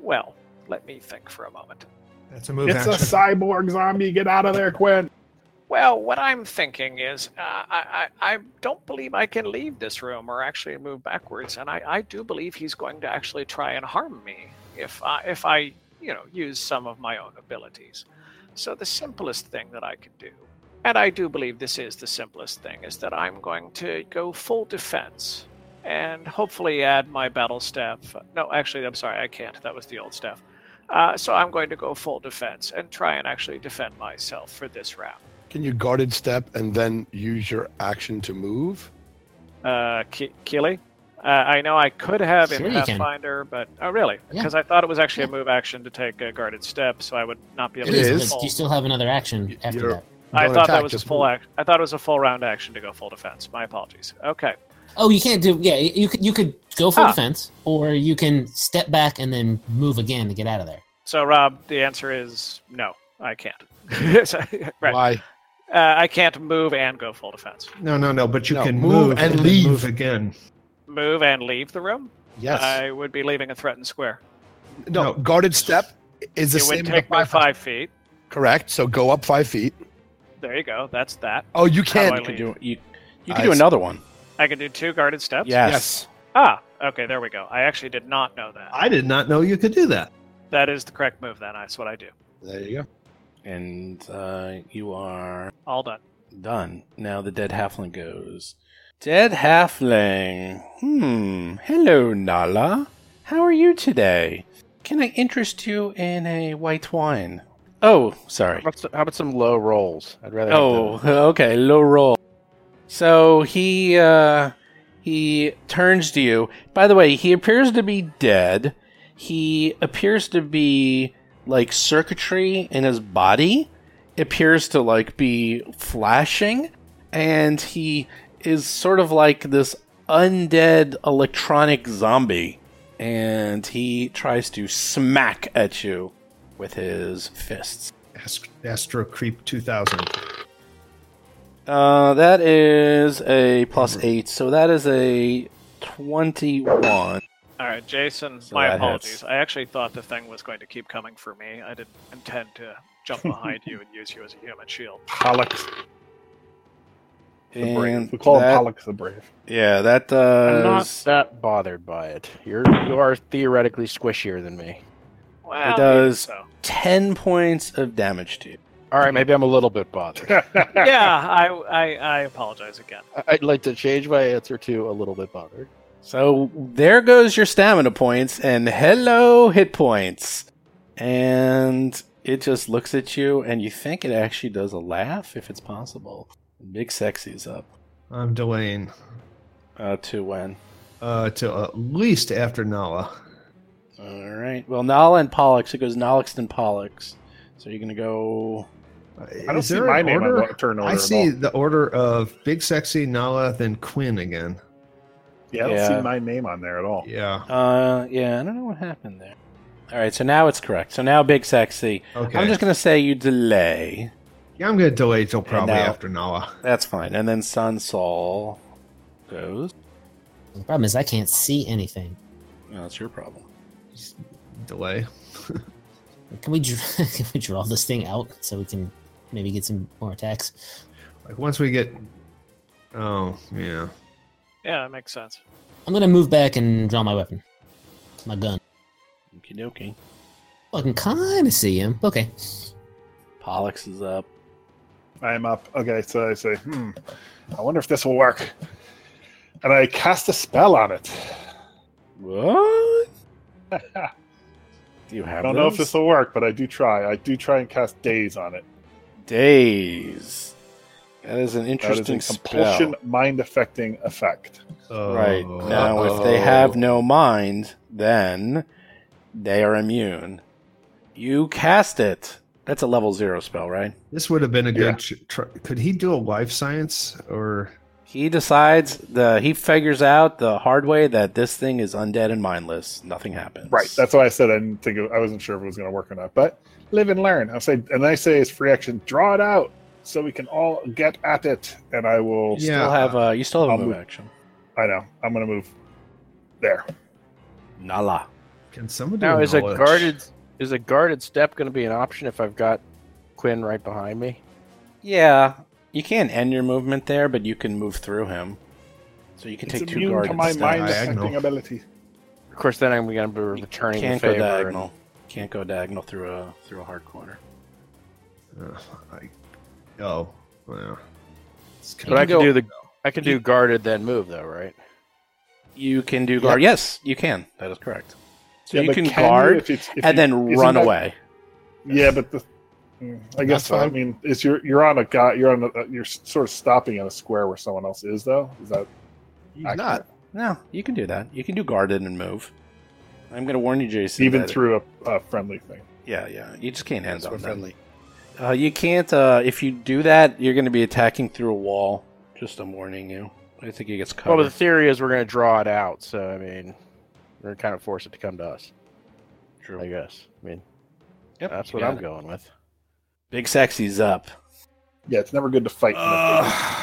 Well, let me think for a moment.
That's a move
It's a
action.
cyborg zombie. Get out of there, Quinn.
Well, what I'm thinking is, uh, I, I I don't believe I can leave this room or actually move backwards, and I, I do believe he's going to actually try and harm me if I if I you know use some of my own abilities. So the simplest thing that I can do, and I do believe this is the simplest thing, is that I'm going to go full defense and hopefully add my battle staff. No, actually, I'm sorry, I can't. That was the old staff. Uh, so I'm going to go full defense and try and actually defend myself for this round.
Can you guarded step and then use your action to move?
uh, Ke- Keely. Uh, I know I could have
Sure
in
you can.
Pathfinder, but oh really?
Yeah.
Because I thought it was actually
Yeah.
a move action to take a guarded step, so I would not be able
It
to.
is.
Full.
you still have another action
Y-
after
you're-
that.
I
Don't
thought
attack,
that was a
just
full.
move.
Ac- I thought it was a full round action to go full defense. My apologies. Okay.
Oh, you can't do. Yeah, you could you could go full
Ah.
defense, or you can step back and then move again to get out of there.
So Rob, the answer is no. I can't. So- right. Uh,
Why?
I can't move and go full defense.
no, no, no. But you
No,
can
move
move,
and
then
leave.
Move again.
Move and leave the room.
Yes.
I would be leaving a threatened square.
no,
no.
guarded step is the
it
same.
would take me five feet.
Correct. So go up five feet.
There you go. That's that.
Oh, you
do I
can.
leave?
You do, you, you
I
can do
see.
another one.
I can do two guarded steps.
Yes.
Ah. Okay. There we go. I actually did not know that.
I did not know you could do that.
That is the correct move. Then that's what I do.
There you go.
And uh, you are
All done.
done. Now the dead halfling goes. Dead halfling. Hmm. Hello, Nala. How are you today? Can I interest you in a white wine? Oh,
How
sorry.
about, some, how about some low rolls? I'd rather. have
Oh,
them.
okay, low roll. So he uh he turns to you. By the way, he appears to be dead. He appears to be like circuitry in his body appears to like be flashing and he is sort of like this undead electronic zombie and he tries to smack at you with his fists.
Ast- Astro Creep 2000.
Uh, that is a plus eight, so that is a twenty-one.
All right, Jason.
So
my
that
apologies.
hits.
I actually thought the thing was going to keep coming for me. I didn't intend to jump behind you and use you as a human shield.
Pollux the
And
Brave. We call
that-
him Pollux the Brave.
Yeah, that
I'm not
does.
that bothered by it. You're you are theoretically squishier than me.
Well,
It
even
does.
So.
Ten points of damage to you.
All right, maybe I'm a little bit bothered.
yeah, I, I I apologize again.
I- I'd like to change my answer to a little bit bothered.
So there goes your stamina points, and hello hit points. And it just looks at you, and you think it actually does a laugh, if it's possible. Big sexy is up.
I'm delaying
Uh, to when?
uh, till at least after Nala.
All right. Well, Nala and Pollux. It goes Nolix and Pollux. So you're gonna go
I don't
Is
see
there
my
an
name
order?
on the turn order.
I
at
see
all.
the order of Big Sexy, Nala, then Quinn again.
Yeah, I don't
Yeah.
see my name on there at all.
Yeah.
Uh, yeah, I don't know what happened there. All right, so now it's correct. So now, Big Sexy.
Okay.
I'm just gonna say you delay.
yeah, I'm going to delay till probably
now-
after Nala.
That's fine. And then Sun Sol goes.
The problem is I can't see anything.
No, that's your problem.
Delay.
Can we dr- can we draw this thing out so we can maybe get some more attacks?
Like once we get. Oh, yeah.
Yeah, that makes sense.
I'm gonna move back and draw my weapon, my gun. Oh,
Okie dokie.
I can kind of see him. Okay,
Pollux is up.
I'm up. Okay, so I say, hmm, I wonder if this will work. And I cast a spell on it.
What?
I
Do you have?
don't know if
those?
this will work, but I do try. I do try and cast Daze on it.
days. That is an
That is
interesting
a
spell.
compulsion mind affecting effect.
Oh.
Right now, if they have no mind, then they are immune. You cast it. That's a level zero spell, right?
This would have been a
Yeah.
good. ch- Tr- could he do a life science or.
He decides the he figures out the hard way that this thing is undead and mindless. Nothing happens.
Right. That's why I said I didn't think it, I wasn't sure if it was going to work or not. But live and learn. I say, and I say as free action, draw it out so we can all get at it. And I will.
Yeah.
Still have uh, you still have a
I'll
move
move.
action.
I know. I'm gonna move there.
Nala.
Can someone do
Now, is a
knowledge?
guarded is a guarded step going to be an option if I've got Quinn right behind me?
Yeah, you can't end your movement there, but you can move through him. So you can take
it's
two
immune
guards.
to my mind
Diagonal.
affecting ability.
Of course, then I'm going to be returning the
Can't go
favor.
diagonal. Can't go diagonal through a through a hard corner.
Uh, I, oh, well. It's
But
kinda-
I can do the I can do guarded then move though, right?
You can do guard. Yes, you can. That is correct. So
Yeah,
you
but
can
can you
guard
if it's- if
and
you-
then
isn't
run
that-
away.
Yeah, but the, mm, I guess
That's
so. I
fine.
mean, is you're you're on a guy you're on a, you're s- sort of stopping on a square where someone else is though. Is that
He's not.
No, you can do that. You can do guarded and move. I'm going to warn you, Jason.
even
that-
through a, a friendly thing?
Yeah, yeah. You just can't hand
That's
on
what
that.
friendly.
Uh, you can't. Uh, if you do that, you're going to be attacking through a wall. Just I'm warning you. I think it gets covered.
Well, but the theory is we're going to draw it out, so I mean, we're kind of force it to come to us.
True.
I guess. I mean,
Yep,
that's
you
what
got
I'm
it.
going with.
Big sexy's up.
Yeah, it's never good to fight. in a big-
Uh,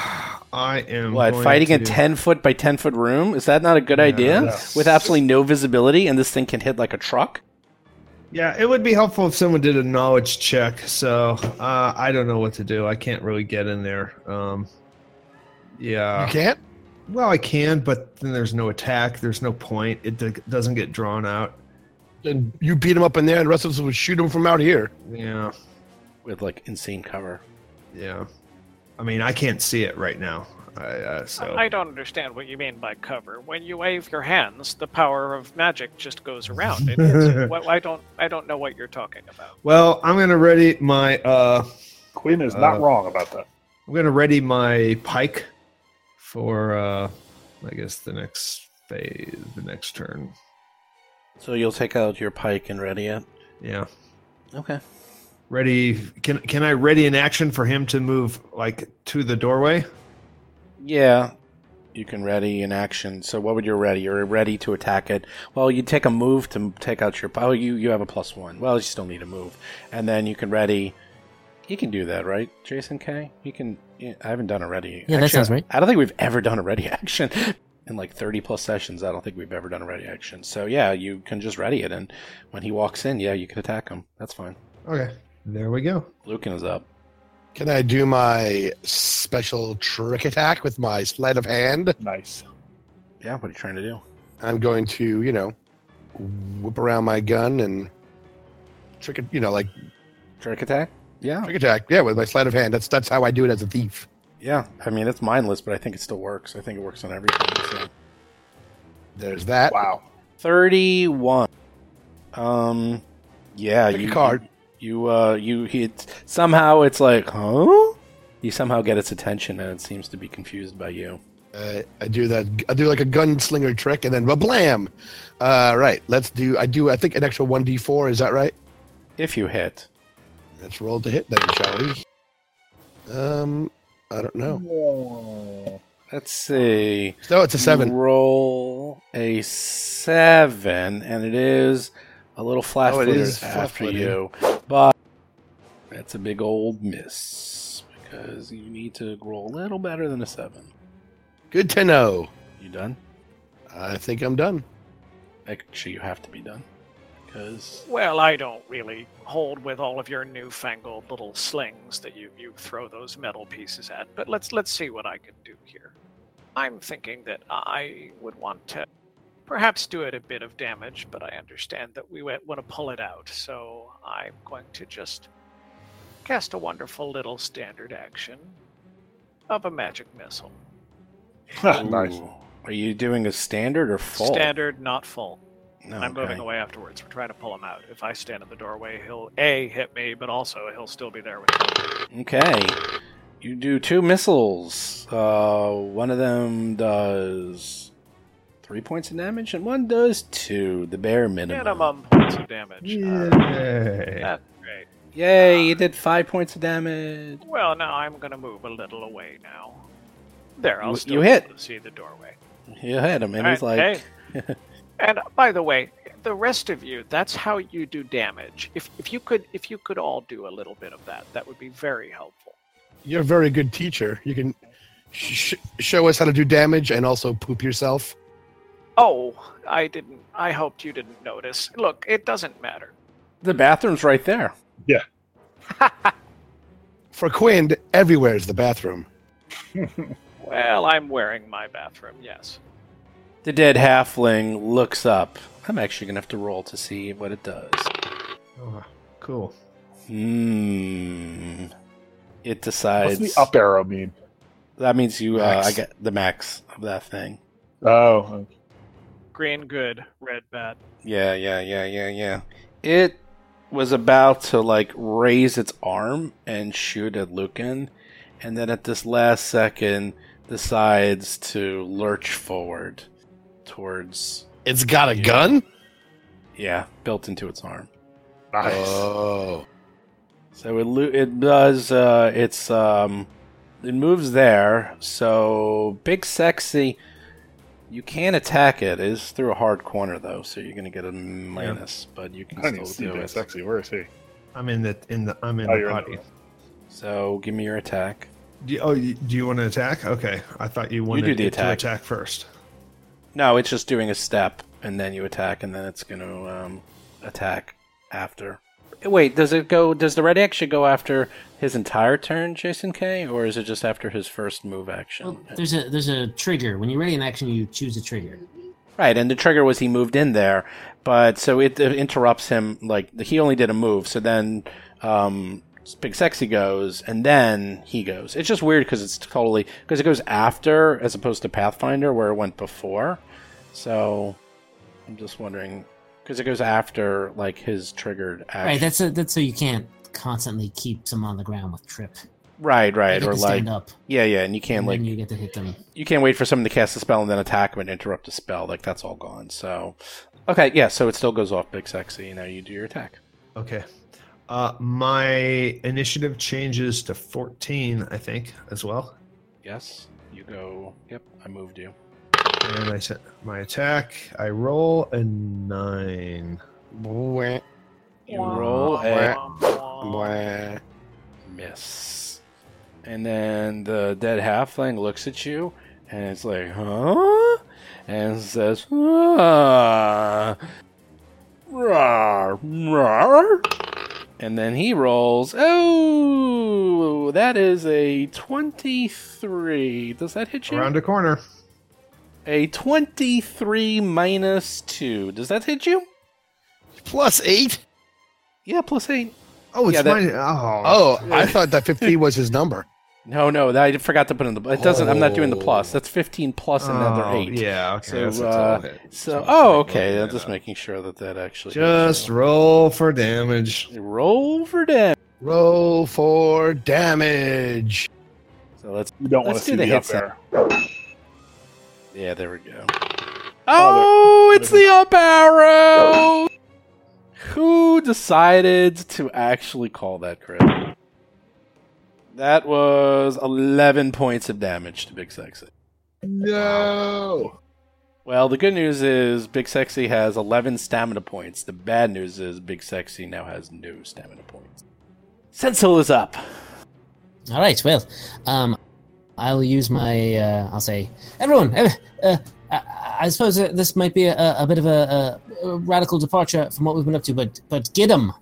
I am.
What
going
fighting a
to-
ten foot by ten foot room? Is that not a good
Yeah,
idea?
that's-
With absolutely no visibility, and this thing can hit like a truck.
Yeah, it would be helpful if someone did a knowledge check. So uh, I don't know what to do. I can't really get in there. Um, yeah.
you can't.
Well, I can, but then there's no attack. There's no point. It d- doesn't get drawn out.
Then you beat him up in there, and the rest of us would shoot him from out here.
Yeah.
With like insane cover.
Yeah. I mean, I can't see it right now. I, uh, so
I don't understand what you mean by cover. When you wave your hands, the power of magic just goes around. It hits you. Wh- I don't, I don't know what you're talking about.
well, I'm gonna ready my. Uh,
Quinn is not
Uh,
wrong about that.
I'm gonna ready my pike for. Uh, I guess the next phase, the next turn.
So you'll take out your pike and ready it.
Yeah.
Okay.
ready can can i ready an action for him to move like to the doorway
Yeah. You can ready in action. So what would you ready? You're ready to attack it. Well, you take a move to m- take out your. Oh, you you have a plus one. Well, you still need a move, and then you can ready. You can do that, right, Jason K? You can. yeah, I haven't done a ready.
Yeah, that
action.
sounds right.
I don't think we've ever done a ready action in like thirty plus sessions. I don't think we've ever done a ready action. So yeah, you can just ready it, and when he walks in, yeah, you can attack him. That's fine.
okay there we go
Lucan is up.
Can I do my special trick attack with my sleight of hand?
Nice.
Yeah, what are you trying to do?
I'm going to, you know, whip around my gun and trick, it- you know, like
Trick attack. Yeah,
trick attack. Yeah, with my sleight of hand. That's that's how I do it as a thief.
yeah. I mean, it's mindless, but I think it still works. I think it works on everything. So.
There's that.
Wow.
31 um yeah
Pick a
you
card.
you uh you hit somehow it's like huh you somehow get its attention and it seems to be confused by you
Uh, I do that. I do like a gunslinger trick, and then blam. Uh, right. Let's do. I do. I think an extra one d four. Is that right?
if you hit
Let's roll to hit then, shall we? Um, I don't know.
let's see
No, it's a seven.
roll a seven and it is a little flat
Oh, it
footed
is flat
after
footed.
you but that's a big old miss because you need to roll a little better than a seven
Good to know.
you done
I think I'm done.
actually you have to be done because
Well, I don't really hold with all of your newfangled little slings that you, you throw those metal pieces at. But let's let's see what I can do here. I'm thinking that I would want to perhaps do it a bit of damage, but I understand that we want to pull it out. So I'm going to just cast a wonderful little standard action of a magic missile.
Ah,
nice.
Ooh. Are you doing a standard or full?
Standard, not full.
No,
I'm moving
okay.
away afterwards. We're trying to pull him out. If I stand in the doorway, he'll A, hit me, but also he'll still be there with me.
Okay. You do two missiles. Uh, one of them does three points of damage, and one does two, the bare minimum.
Minimum points of damage. Uh,
Yay.
that's great.
Yay, you did five points of damage.
Well, now I'm going to move a little away now. There, I'll
You-
still
you
be
hit.
able to see the doorway.
You hit him, and he's
All
like,
right, hey. and uh, by the way, the rest of you, that's how you do damage. If if you could if you could all do a little bit of that, that would be very helpful.
You're a very good teacher. You can sh- show us how to do damage and also poop yourself.
Oh, I didn't. I hoped you didn't notice. Look, it doesn't matter.
The bathroom's right there.
For Quinn, everywhere is the bathroom.
Well, I'm wearing my bathroom. Yes.
The dead halfling looks up. I'm actually going to have to roll to see what it does.
Oh, cool.
Hmm. It
What's
decides.
the up arrow mean?
That means you. Uh,
Max.
I get the max of that thing.
Oh,
Green good, red bad.
Yeah, yeah, yeah, yeah, yeah. It was about to like raise its arm and shoot at Lucan, and then at this last second decides to lurch forward towards
It's got a gun?
yeah, built into its arm.
nice.
Oh.
So it lo- it does uh, it's um it moves there. So big sexy. You can attack it. It is through a hard corner though, so you're gonna get a minus, but you
I
can
don't even see
still do
Big
it.
Sexy. Where is he?
I'm in the in the I'm in
Oh,
the
you're in the
body.
So give me your attack.
Do you, oh, you, do you want to attack? Okay, I thought you wanted
do the
it to
attack.
attack first.
No, it's just doing a step, and then you attack, and then it's going to um, attack after. Wait, does it go? Does the red action go after his entire turn, Jason K, or is it just after his first move
Well,
action?
there's a there's a trigger. When you're ready in action, you choose a trigger.
right, and the trigger was he moved in there, but so it, it interrupts him. Like he only did a move, so then um, Big Sexy goes, and then he goes. It's just weird because it's totally because it goes after as opposed to Pathfinder where it went before. So I'm just wondering because it goes after like his triggered action.
Right, that's a, that's so you can't constantly keep someone on the ground with trip.
right,
They
right,
get
or
to
like
stand up,
yeah, yeah, and you can't
and
like
then you get to hit them.
you can't wait for someone to cast a spell and then attack him and interrupt the spell. Like that's all gone. So okay, yeah, so it still goes off big sexy. Now you do your attack.
Okay. Uh, my initiative changes to 14, I think, as well.
Yes, you go. Yep, I moved you.
And I set my attack. I roll a nine.
Bwah,
You roll a
bwah.
miss. And then the dead halfling looks at you and it's like, huh? And says, ah, rah, rah. And then he rolls, oh, that is a 23. Does that hit you?
Around a corner.
a 23 minus 2. Does that hit you?
Plus eight?
Yeah, plus 8.
Oh, it's
Yeah, that-
mine. Oh,
Oh, I thought that 50 was his number.
No, no, that- I forgot to put in the. It doesn't. I'm not doing the
Oh.
plus. That's 15 plus another
Oh,
eight.
Yeah, okay.
So,
that's- that's
uh,
all it.
So,
That's all
oh,
it.
okay.
Yeah,
I'm just
no.
making sure that that actually
Just roll for damage.
roll for damage.
Roll for damage.
So let's.
You don't want
Let's
to
do the
see the,
hit
up
set.
arrow.
Yeah, there we go. Oh, it's the up arrow. Who decided to actually call that crit? That was 11 points of damage to Big Sexy.
No.
Well, the good news is Big Sexy has 11 stamina points. The bad news is Big Sexy now has no stamina points. Sensil is up.
All right, well, um, I'll use my. Uh, I'll say, everyone. Uh, uh, I, I suppose uh, this might be a, a bit of a, a a radical departure from what we've been up to, but but get him.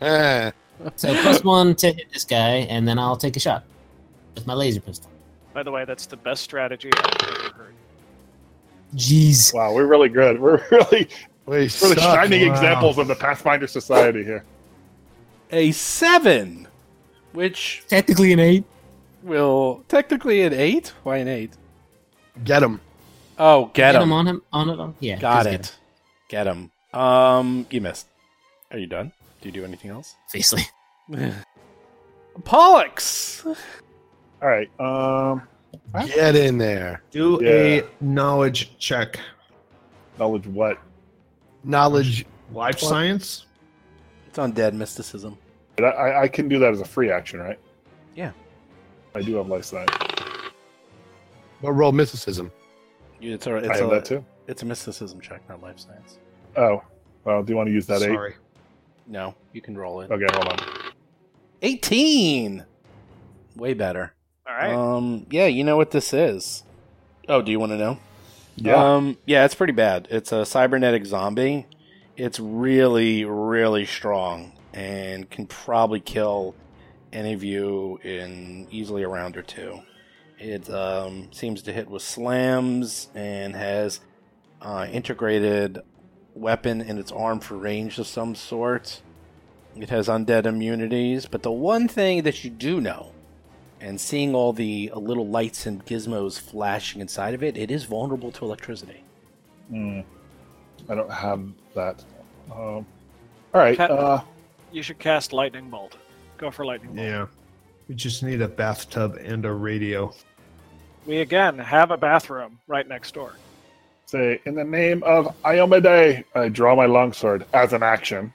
Ah,
So plus one to hit this guy, and then I'll take a shot with my laser pistol.
By the way, that's the best strategy I've ever heard.
Jeez.
wow, we're really good. We're really,
we
really
suck.
shining
wow.
examples of the Pathfinder Society here.
A 7, which
Technically an eight.
will technically an 8? Why an 8?
Get him.
Oh, get,
Get him.
him.
on him. On it. On. Yeah.
Got
just get
it.
him,
Get him. Um, you missed. Are you done? Do you do anything else?
Obviously.
Pollux.
All right. Um,
Get in there.
Do
Yeah.
a knowledge check.
knowledge what?
Knowledge.
Life science?
It's on dead mysticism.
I, I, I can do that as a free action, right?
Yeah.
I do have life science.
But roll mysticism.
You- It's a, it's
I have
a-
that too.
It's a mysticism check, not life science.
Oh, well, do you want to use that eight?
Sorry.
No, you can roll it.
Okay, hold on.
18! Way better.
All right.
Um, yeah, you know what this is. Oh, do you want to know?
Yeah.
Um, yeah, it's pretty bad. It's a cybernetic zombie. It's really, really strong and can probably kill any of you in easily a round or two. It um, seems to hit with slams and has uh, integrated weapon in its arm for range of some sort. It has undead immunities, but the one thing that you do know and seeing all the uh, little lights and gizmos flashing inside of it, it is vulnerable to electricity.
Hmm. I don't have that. Um, all right.
Cat-
Uh,
You should cast lightning bolt. Go for lightning bolt.
Yeah. We just need a bathtub and a radio.
We again have a bathroom right next door.
say, in the name of Iomede, I draw my longsword as an action,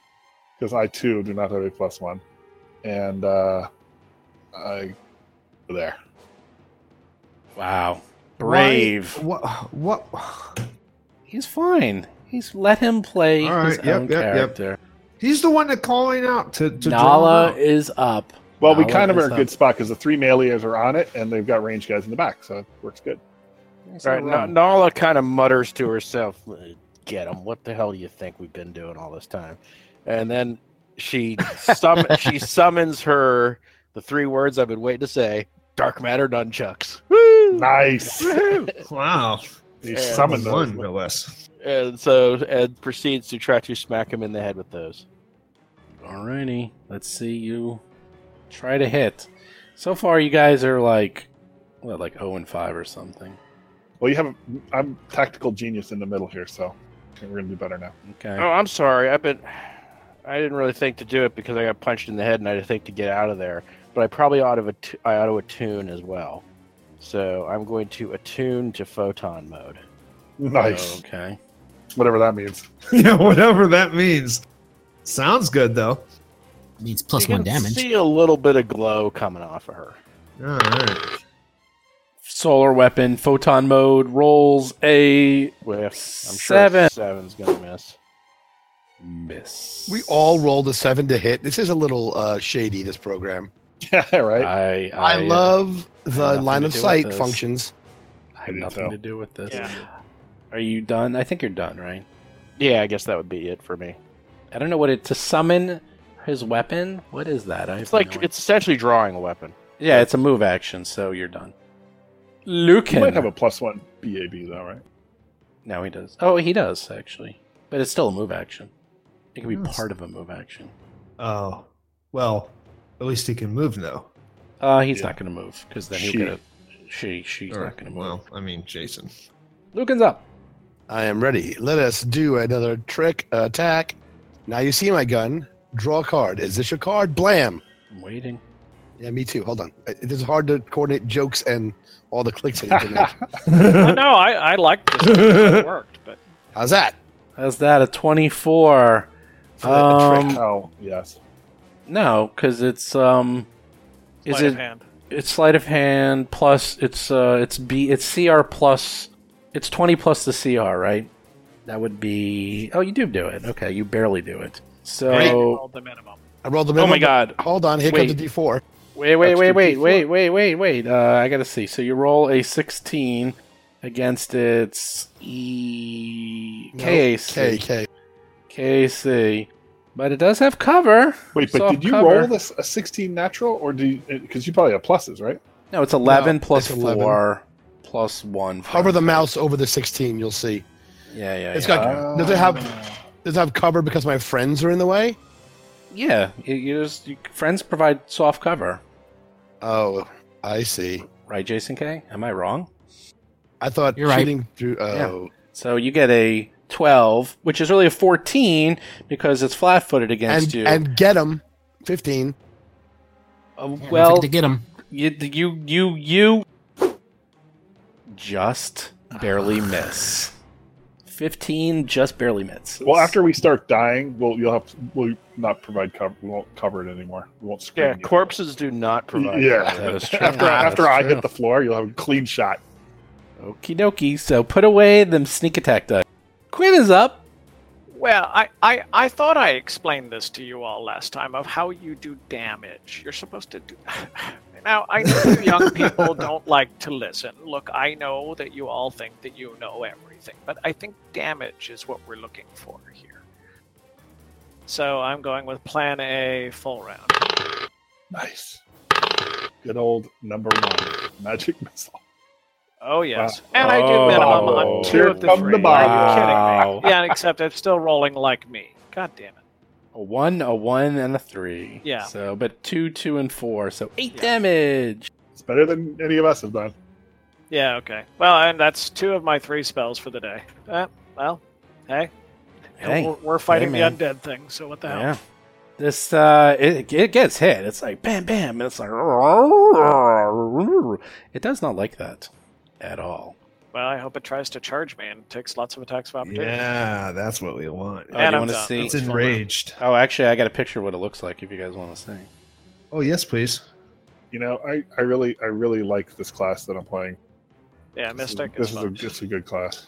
because I too do not have a plus one. And uh, I. There.
Wow. Brave.
Why- What? What?
He's fine. He's let him play
All right,
his
yep,
own
yep, yep.
character.
He's the one that calling out to, to draw
Nala
him out.
is up.
Well, we
Nala
kind of
is
are in a
up.
good spot because the three melees are on it, and they've got range guys in the back, so it works good.
Yes,
All right,
I'm
Na-
wrong.
Nala kind of mutters to herself, "Uh, "Get him! What the hell do you think we've been doing all this time?" And then she sum- she summons her the three words I've been waiting to say: dark matter nunchucks. Woo!
Nice.
Woo!
Wow.
You
And
summoned
The
those.
one, no less.
and so Ed proceeds to try to smack him in the head with those.
Alrighty. Let's see you try to hit. So far, you guys are like, what, like 0 and 5 or something.
Well, you have. A, I'm tactical genius in the middle here, so we're gonna do better now.
Okay.
Oh, I'm sorry. I've been. I didn't really think to do it because I got punched in the head, and I didn't think to get out of there. But I probably ought to. attu- I ought to attune as well. So I'm going to attune to photon mode.
Oh.
Nice.
Okay.
Whatever that means.
yeah, whatever that means. Sounds good, though.
It means plus
you
one
can
damage.
See a little bit of glow coming off of her.
All right.
Solar weapon, photon mode, rolls a
With I'm
Seven.
sure seven's gonna miss.
miss.
We all rolled a seven to hit. This is a little uh, shady. This program.
yeah. Right.
I, I, uh,
I, love the
nothing
line
to
of
do with
sight
this.
functions.
I had
I didn't
nothing
tell.
to do with this.
Yeah.
Are you done? I think you're done, right?
Yeah, I guess that would be it for me.
I don't know what it to summon his weapon. What is that? I have
It's like
no
it's essentially drawing a weapon.
idea. yeah, it's a move action, so you're done.
You might
Lucan.
have a plus one BAB though, right?
no, he does. Oh, he does actually, but it's still a move action. It can be
Yes.
part of a move action.
Oh, well, at least he can move, though.
Uh, he's
Yeah.
not going to move because then he'll
She.
get a. She she's
Or,
not going to move.
well, I mean, Jason.
Lucan's up.
I am ready. Let us do another trick attack. Now you see my gun. Draw a card. Is this your card? Blam.
I'm waiting.
Yeah, me too. Hold on. It is hard to coordinate jokes and all the clicks and internet.
Uh, no, I, I liked this. It worked, but
How's that?
How's that? A twenty-four.
For a
Um,
trick.
Oh, yes.
No, because it's um, is
sleight
it
of hand.
it's sleight of hand plus it's uh it's B it's CR plus it's twenty plus the CR right? That would be oh you do do it okay you barely do it so
Rolled the minimum.
I rolled the
oh
minimum.
my god
Hold on. Here comes
Wait.
the D4.
wait wait
That's
wait
the
wait
D4.
wait wait wait wait uh, I gotta see so you roll a sixteen against its E
No, K,
KAC
K.
KAC but it does have cover
Wait, but
Soft
did you
cover.
roll this a 16 natural, or do you? Because you probably have pluses, right?
no it's eleven plus
it's 11.
four plus one
Hover the
from-
mouse over the 16. You'll see.
yeah yeah
It's
yeah.
got.
Ah.
does it have? Does it have cover because my friends are in the way?
Yeah, you, you just you, friends provide soft cover,
Oh, I see.
right, Jason K? Am I wrong?
I thought
You're right.
shooting through. Oh,
So you get a twelve, which is really a fourteen because it's flat-footed against
and
you.
and get them. 15.
Uh,
Yeah,
well,
to get him.
you you you you just barely
Ah.
miss. Fifteen just barely misses.
Well, after we start dying, we'll you'll have we'll not provide cover. We won't cover it anymore. We won't scream.
Yeah,
you.
corpses do not provide.
Yeah.
that is true.
After,
That's
after I
true.
hit the floor, you'll have a clean shot.
Okie dokie. So put away them sneak attack dice. Quinn is up.
Well, I, I, I thought I explained this to you all last time of how you do damage. You're supposed to do. now, I know you young people don't like to listen. Look, I know that you all think that you know everything, but I think damage is what we're looking for here. So I'm going with plan A full round.
Nice. Good old number one magic missile.
Oh, yes. And I did
Oh.
minimum on two
Here
of the
come the
three. Are
bombs.
you
Wow.
kidding me? Yeah, except it's still rolling like me. God damn it.
A one, a one, and a three.
Yeah.
So, but two, two, and four. So eight
Yeah.
damage.
It's better than any of us have done.
Yeah, okay. Well, and that's two of my three spells for the day. Uh, well, hey.
Hey.
we're, we're fighting
Hey, man.
the undead thing, so what the hell?
Yeah. This uh, it, it gets hit. It's like bam, bam, and it's like it does not like that at all.
Well, I hope it tries to charge me and takes lots of attacks of opportunity.
Yeah, that's what we want.
Oh,
And
you
I'm
want to
done.
see?
It's enraged.
Oh, actually, I got a picture of what it looks like if you guys want to see.
Oh yes, please.
You know, I, I really I really like this class that I'm playing.
Yeah,
This is-
Mystic
This
is
is a
fun.
this is a good class.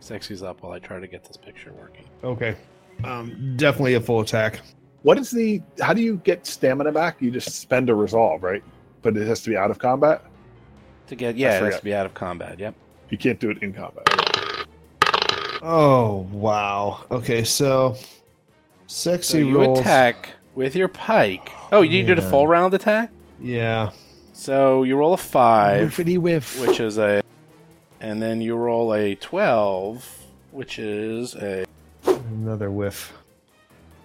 Sexy's up while I try to get this picture working.
Okay. Um, definitely a full attack.
What is the? How do you get stamina back? You just spend a resolve, right? But it has to be out of combat.
To get yeah, it has
forgot.
to be out of combat. Yep.
You can't do it in combat.
Oh wow. Okay, so
So
sexy
you
rolls.
attack with your pike. Oh, you did a
Man.
full round attack.
Yeah.
So you roll a five.
Whiffity whiff.
which is a, and then you roll a twelve, which is a.
Another whiff.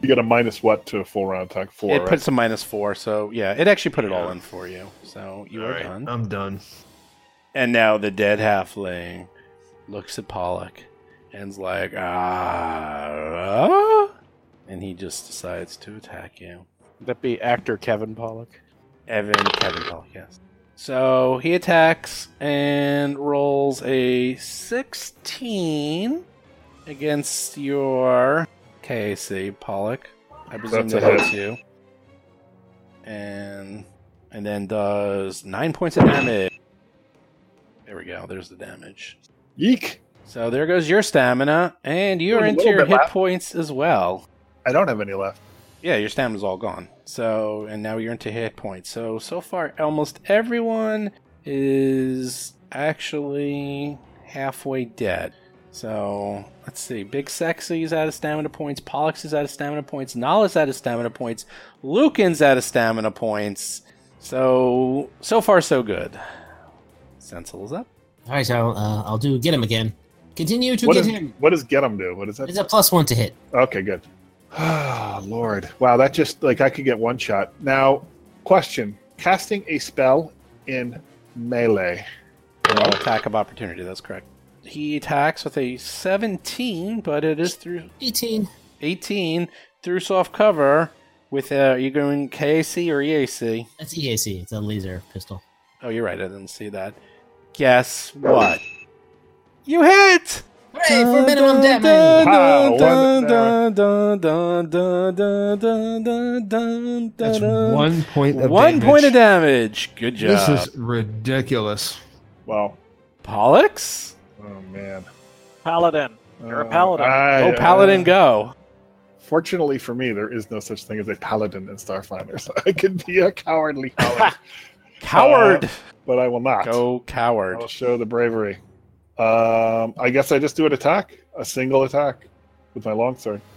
You get a minus what to a full round attack? Four.
it
right?
puts a minus four, so yeah, it actually put it all
Yeah.
in for you. So you
All
are
right,
um,
done.
I'm done.
And now the dead halfling looks at Pollock and's like, ah, and he just decides to attack you,
That be actor Kevin Pollock.
Evan Kevin Pollock. Yes. So he attacks and rolls a sixteen against your KAC Pollock. I presume
That's
that
a hit.
hits you. And and then does nine points of damage. There we go. There's the damage.
Yeek!
So there goes your stamina, and you
Ooh,
are
a
into
little
your
bit
hit
left.
points as well.
I don't have any left.
Yeah, your stamina's all gone. So and now you're into hit points. So so far, almost everyone is actually halfway dead. So let's see. Big Sexy's out of stamina points. Pollux is out of stamina points. Nala's out of stamina points. Lucan's out of stamina points. So so far so good. Sensel's up.
All right, I'll uh, I'll do get him again. Continue to
What
get
does
him.
what does get 'em do? What is that?
It's a plus one to hit.
Okay, good. Ah, Lord. Wow, that just like I could get one shot. Now, question casting a spell in melee.
Well, attack of opportunity. That's correct. He attacks with a 17, but it is through
Eighteen.
18 through soft cover. With uh, are you going KAC or EAC?
That's EAC. It's a laser pistol.
Oh, you're right. I didn't see that. Guess what? You hit!
Hooray for minimum
Dun,
damage!
Wow,
dun,
one-
dun, dun, dun, dun, dun, dun, dun, dun,
That's
dun.
one point of
One
damage.
point of damage. Good job,
This is ridiculous.
Wow.
Pollux.
Oh man.
Paladin. You're a
Uh,
paladin.
I-
Oh, Paladin,
uh,
go!
Fortunately for me, there is no such thing as a paladin in Starfinder, so I could be a cowardly coward,
Coward.
but I will not.
Go
uh, I
coward.
will show the bravery. Um, I guess I just do an attack, a single attack, with my longsword.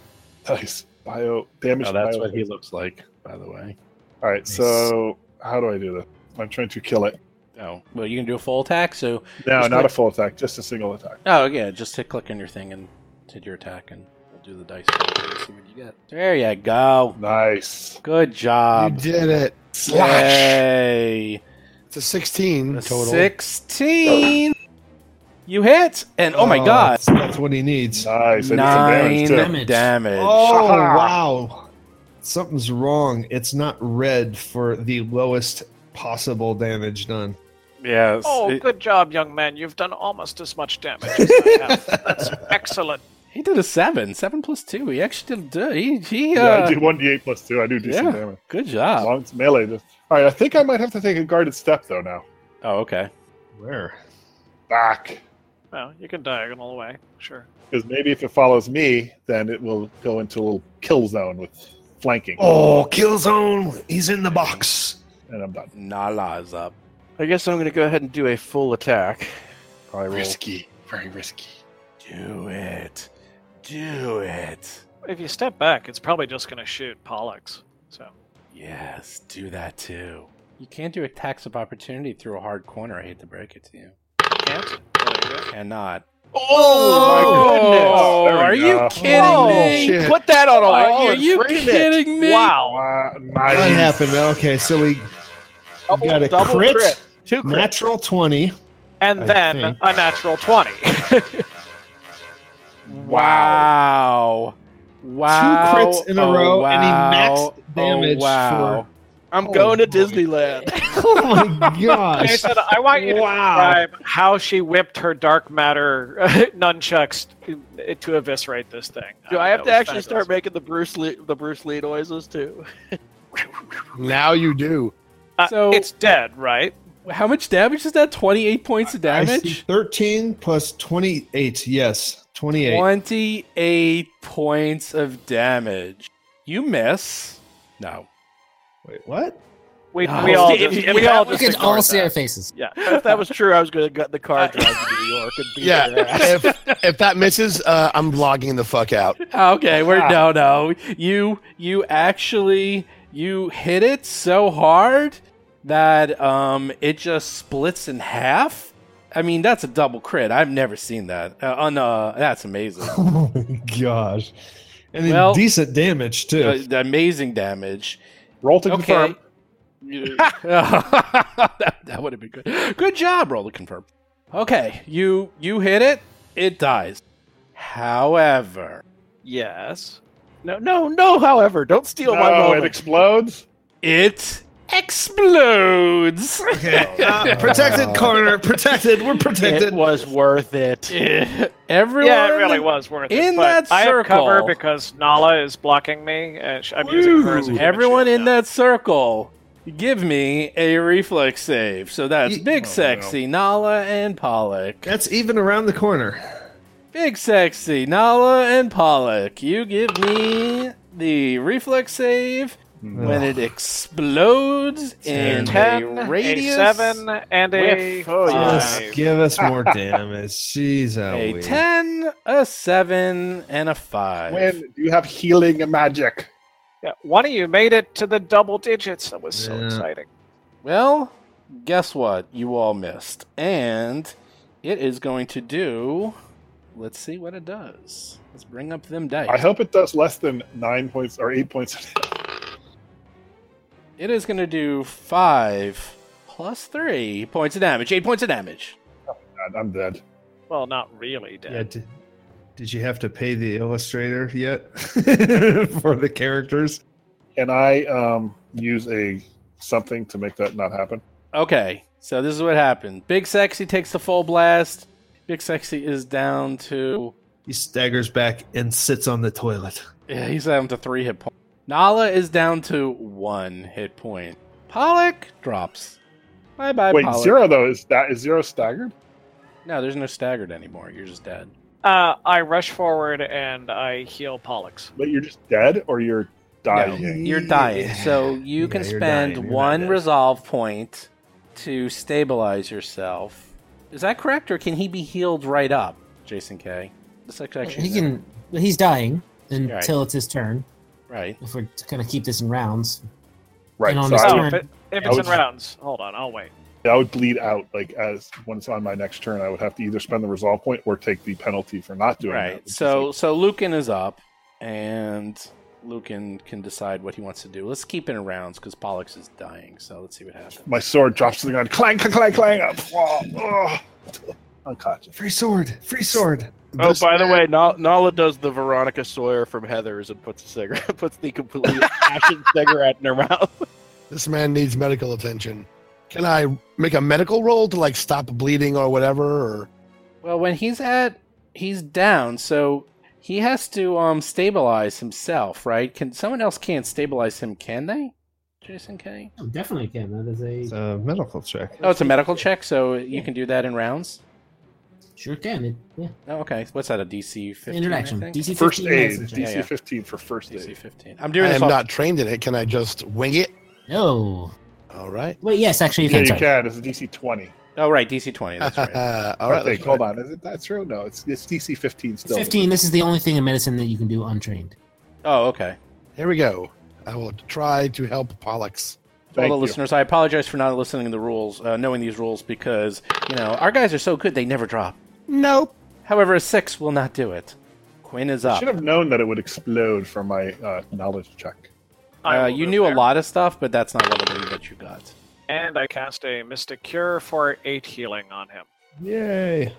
Nice bio damage.
Oh, that's
bio-
what he looks like, by the way.
All right, so how do I do this? I'm trying to kill it.
Oh, well, you can do a full attack. So,
No,
Just
not a
click-
full attack, just a single attack.
oh yeah, just hit click on your thing and hit your attack, and we'll do the dice. roll and See what you get. There you go.
Nice.
Good
You
job.
did it.
Yay.
It's a 16
A
total.
Sixteen. You hit, and oh my
Oh,
god,
that's, that's what he needs.
Nice. I
nine
did some damage too.
damage.
damage.
Oh
Ha-ha.
wow. Something's wrong. It's not red for the lowest possible damage done.
Yes.
Oh,
it-
good job, young man. You've done almost as much damage as I have. That's excellent.
he did a seven. Seven plus two. He actually did. a- He he.
Yeah,
Uh,
I do 1d8 plus 2. I do decent
Yeah.
damage.
good
As
job.
long as melee. Just... All right, I think I might have to take a guarded step, though, now.
Oh, okay.
Where?
Back.
Well, you can diagonal away. Sure.
Because maybe if it follows me, then it will go into a little kill zone with flanking,
Oh, kill zone! He's in the box.
and I'm done.
Nala is up.
I guess I'm gonna go ahead and do a full attack. Probably roll.
Risky, very risky.
Do it. Do it.
If you step back, it's probably just going to shoot Pollux. So
Yes, do that too. You can't do attacks of opportunity through a hard corner. I hate to break it to you.
can't. There you go.
Cannot.
Oh,
my goodness.
are
There we
you
go.
kidding me?
shit.
Put that on a wall.
Are
and
you
frame it.
kidding me?
Wow.
Wow,
What
nice.
happened? Okay, so we
Double-
got a
double
crit,
Two crits.
natural twenty.
And
I
then
think.
a natural 20.
Wow. Wow.
crits in a
Oh,
row, and he
wow.
maxed damage
oh, wow.
I'm
Oh,
going to
boy.
Disneyland.
Oh my gosh!
Jason, I want you to
Wow.
describe how she whipped her dark matter nunchucks to, to eviscerate this thing. Uh,
Do I have to
that was
actually start
fabulous.
making the Bruce Lee the Bruce Lee noises too?
Now you do.
Uh,
So-
it's dead, right?
How much damage is that? 28 points of
I see
damage?
Thirteen plus twenty-eight. Yes, twenty-eight.
28 points of damage. You miss. No.
Wait, what?
We,
No.
we all
Steve,
just,
you
we
got-
all
We
just
can all
ignored
see our
that.
faces.
Yeah.
if that was true, I was going to gut the car drive to New York and beat
Yeah.
their ass.
if if that misses, uh, I'm logging the fuck out.
Ah, Okay, we're no no. You you actually you hit it so hard that um it just splits in half. I mean, that's a double crit. I've never seen that. Uh, on uh, that's amazing.
Oh my gosh! And then
Well-
decent damage too.
Uh, amazing damage.
Roll to
Okay.
confirm.
You- that, that would have been good. Good job, roll to confirm. Okay, you you hit it. It dies. However,
Yes.
No, no, no. However, don't steal my
No, it
moment.
explodes.
it explodes.
Uh, protected corner, protected. We're
it
protected.
was worth it.
Everyone.
Yeah, it really was worth it.
in
but
that
I have cover
circle-
because Nala is blocking me. And sh- I'm using her as a human
Everyone
shield
in
now.
that circle, give me a reflex save. So that's
Ye-
Big
Oh,
Sexy, Nala, and Pollock.
That's even around the corner.
Big Sexy, Nala, and Pollock. You give me the reflex save when it explodes in
Ten,
a
a
radius.
seven, and a
Whiff. Oh,
Just
five.
give us more damage. Jeez,
A
Eloise.
10, a 7, and a 5.
When do you have healing and magic?
Yeah, one of you made it to the double digits. That was so
Yeah.
exciting.
Well, guess what? You all missed. And it is going to do. Let's see what it does. Let's bring up them dice.
I hope it does less than nine points or eight points.
It is going to do 5 plus 3 points of damage. 8 points of damage.
I'm dead.
Well, not really dead.
Yeah, did, did you have to pay the illustrator yet for the characters?
Can I um, use a something to make that not happen?
Okay, so this is what happened. Big Sexy takes the full blast. Big Sexy is down to.
He staggers back and sits on the toilet.
Yeah, he's down to 3 hit points. Nala is down to 1 hit point. Pollock drops. Bye bye,
Wait,
Pollock.
zero though is that is zero staggered?
No, there's no staggered anymore. You're just dead.
Uh, I rush forward and I heal Pollux.
But you're just dead or you're dying.
No, you're dying. So you
Yeah,
can
you're
spend
dying. You're not
one
dead.
resolve point to stabilize yourself. Is that correct, or can he be healed right up, Jason K? This actually,
he can. He's dying until
Right.
it's his turn.
right.
If we're going to keep this in rounds,
Right.
And on
So
this
I
Oh,
would,
if, it, if it's in
was-
rounds, hold on, I'll wait.
I would bleed out like as once on my next turn. I would have to either spend the resolve point or take the penalty for not doing that,
Right.
which is
So
like-
so Lucan is up, and Lucan can decide what he wants to do. Let's keep it in rounds because Pollux is dying. So let's see what happens.
my sword drops to the ground. Clang, clang, clang, clang. Up. Whoa, ugh. Unconscious.
Free sword, free sword.
Oh,
This
by the
man-
way, Nala, Nala does the Veronica Sawyer from Heather's and puts a cigarette, puts the completely ashen cigarette in her mouth.
This man needs medical attention. Can I make a medical roll to like stop bleeding or whatever? Or
Well, when he's at he's down, so he has to um stabilize himself, right? Can someone else can't stabilize him? Can they? Jason K.
Oh, definitely can. That is
It's a medical check.
Oh, it's a medical check, so you can do that in rounds.
Sure can. It, yeah.
Oh, okay. What's that? A DC 15?
Interaction.
I think?
DC
First
15
aid,
medicine
DC
check.
Yeah, yeah.
15 for first
DC
aid.
15. I'm
I
doing
am
this. Off,
not trained in it. Can I just wing it?
No.
All right.
Wait, yes, actually, you
Yeah,
can.
you
sorry.
can. It's a DC 20.
oh, right. DC 20. That's right.
All right.
I
let's
think. Hold
try it.
on. Is it that true? No, it's, it's DC 15
It's
still.
15. This is the only thing in medicine that you can do untrained.
Oh, okay.
Here we go. I will try to help
To
Pollux.
all
Thank
the
you.
listeners, I apologize for not listening to the rules, uh, knowing these rules, because, you know, our guys are so good they never drop.
Nope.
However, a six will not do it. Quinn is
I
up.
should have known that it would explode from my uh, knowledge check.
I
Uh,
will
you
move
knew
there.
a lot of stuff, but that's not what I believe that you got.
And I cast a Mystic Cure for eight healing on him.
Yay.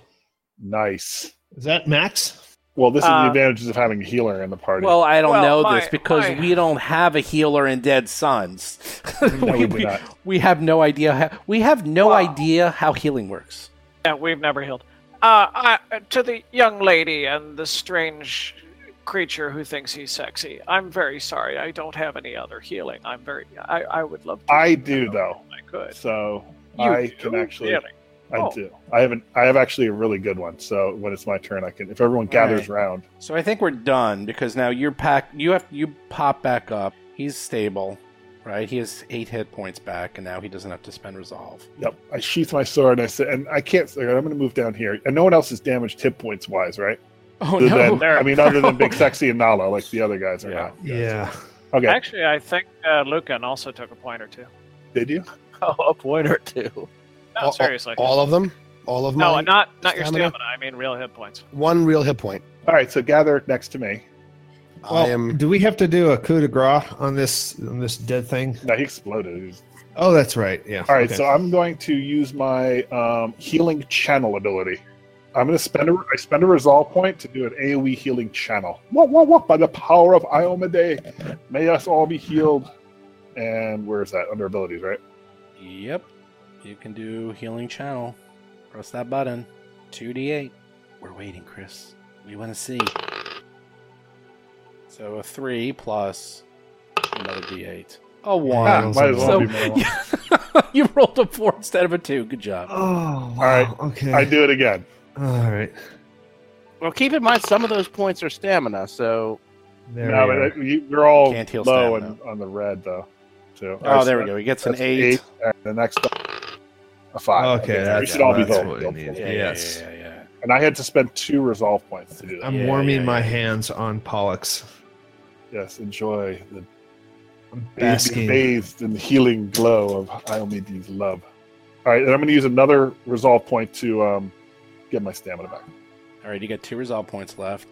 Nice.
Is that max?
Well, this is
Uh,
the advantages of having a healer in the party.
Well, I don't
Well,
know
my-
this because
my-
we don't have a healer in Dead Sons.
no,
we,
we do
we-
not.
we have no idea. How, we have no
Wow.
idea how healing works.
Yeah, we've never healed. Uh, I, to the young lady and the strange creature who thinks he's sexy, I'm very sorry. I don't have any other healing. I'm very. I, I would love to.
I do, though.
I could.
So
You
I
do?
can actually.
Really?
I
Oh.
do. I have an, I have actually a really good one. So when it's my turn, I can. If everyone gathers
right.
round,
So I think we're done because now you're pack. You have you pop back up. He's stable, right? He has eight hit points back, and now he doesn't have to spend resolve.
yep. I sheath my sword and I said, and I can't. I'm going to move down here, and no one else is damaged hit points wise, right?
Oh
Other
no!
than- I mean, other than Big Sexy and Nala, like the other guys are
Yeah.
not.
Yeah.
Okay.
Actually, I think uh, Lucan also took a point or two.
Did you?
Oh, a point or two.
No,
Uh,
All-
seriously.
oh,
All of them? All of them?
no, not not your
stamina?
stamina. I mean real hit points.
One real hit point.
All right. So gather next to me.
Well,
I am.
Do we have to do a coup de grace on this on this dead thing?
No, he exploded. He's-
Oh, that's right. Yeah.
All right,
Okay.
so I'm going to use my um, healing channel ability. I'm going to spend a I spend a resolve point to do an AOE healing channel. Wah, wah, wah, by the power of Iomade, may us all be healed. And where is that under abilities? Right.
Yep, you can do healing channel. Press that button. Two d eight. We're waiting, Chris. We want to see. So a three plus another d eight. A
Ah,
one.
might
might as
so
well be more than
you rolled a four instead of a two. Good job.
Oh. Wow.
right.
Okay.
one. I do it again.
All right.
Well, keep in mind some of those points are stamina, so
There
No,
we are.
but you, you're all
Can't heal
low
stamina.
and, on the red though. Too.
Oh, there we go. He gets an
That's
eight.
and the next a five.
Okay,
we
that's-
should all be
that's
healed.
what we
Healed
need.
full.
Yeah,
Yes.
Yeah, yeah, yeah.
And I had to spend two resolve points to do that.
I'm
Yeah,
warming
yeah,
my
yeah.
hands on Pollux.
Yes, enjoy the
I'm basking.
basking. bathed in the healing glow of Iomidi's love. All right, and I'm going to use another resolve point to um, get my stamina back.
All right, you got two resolve points left.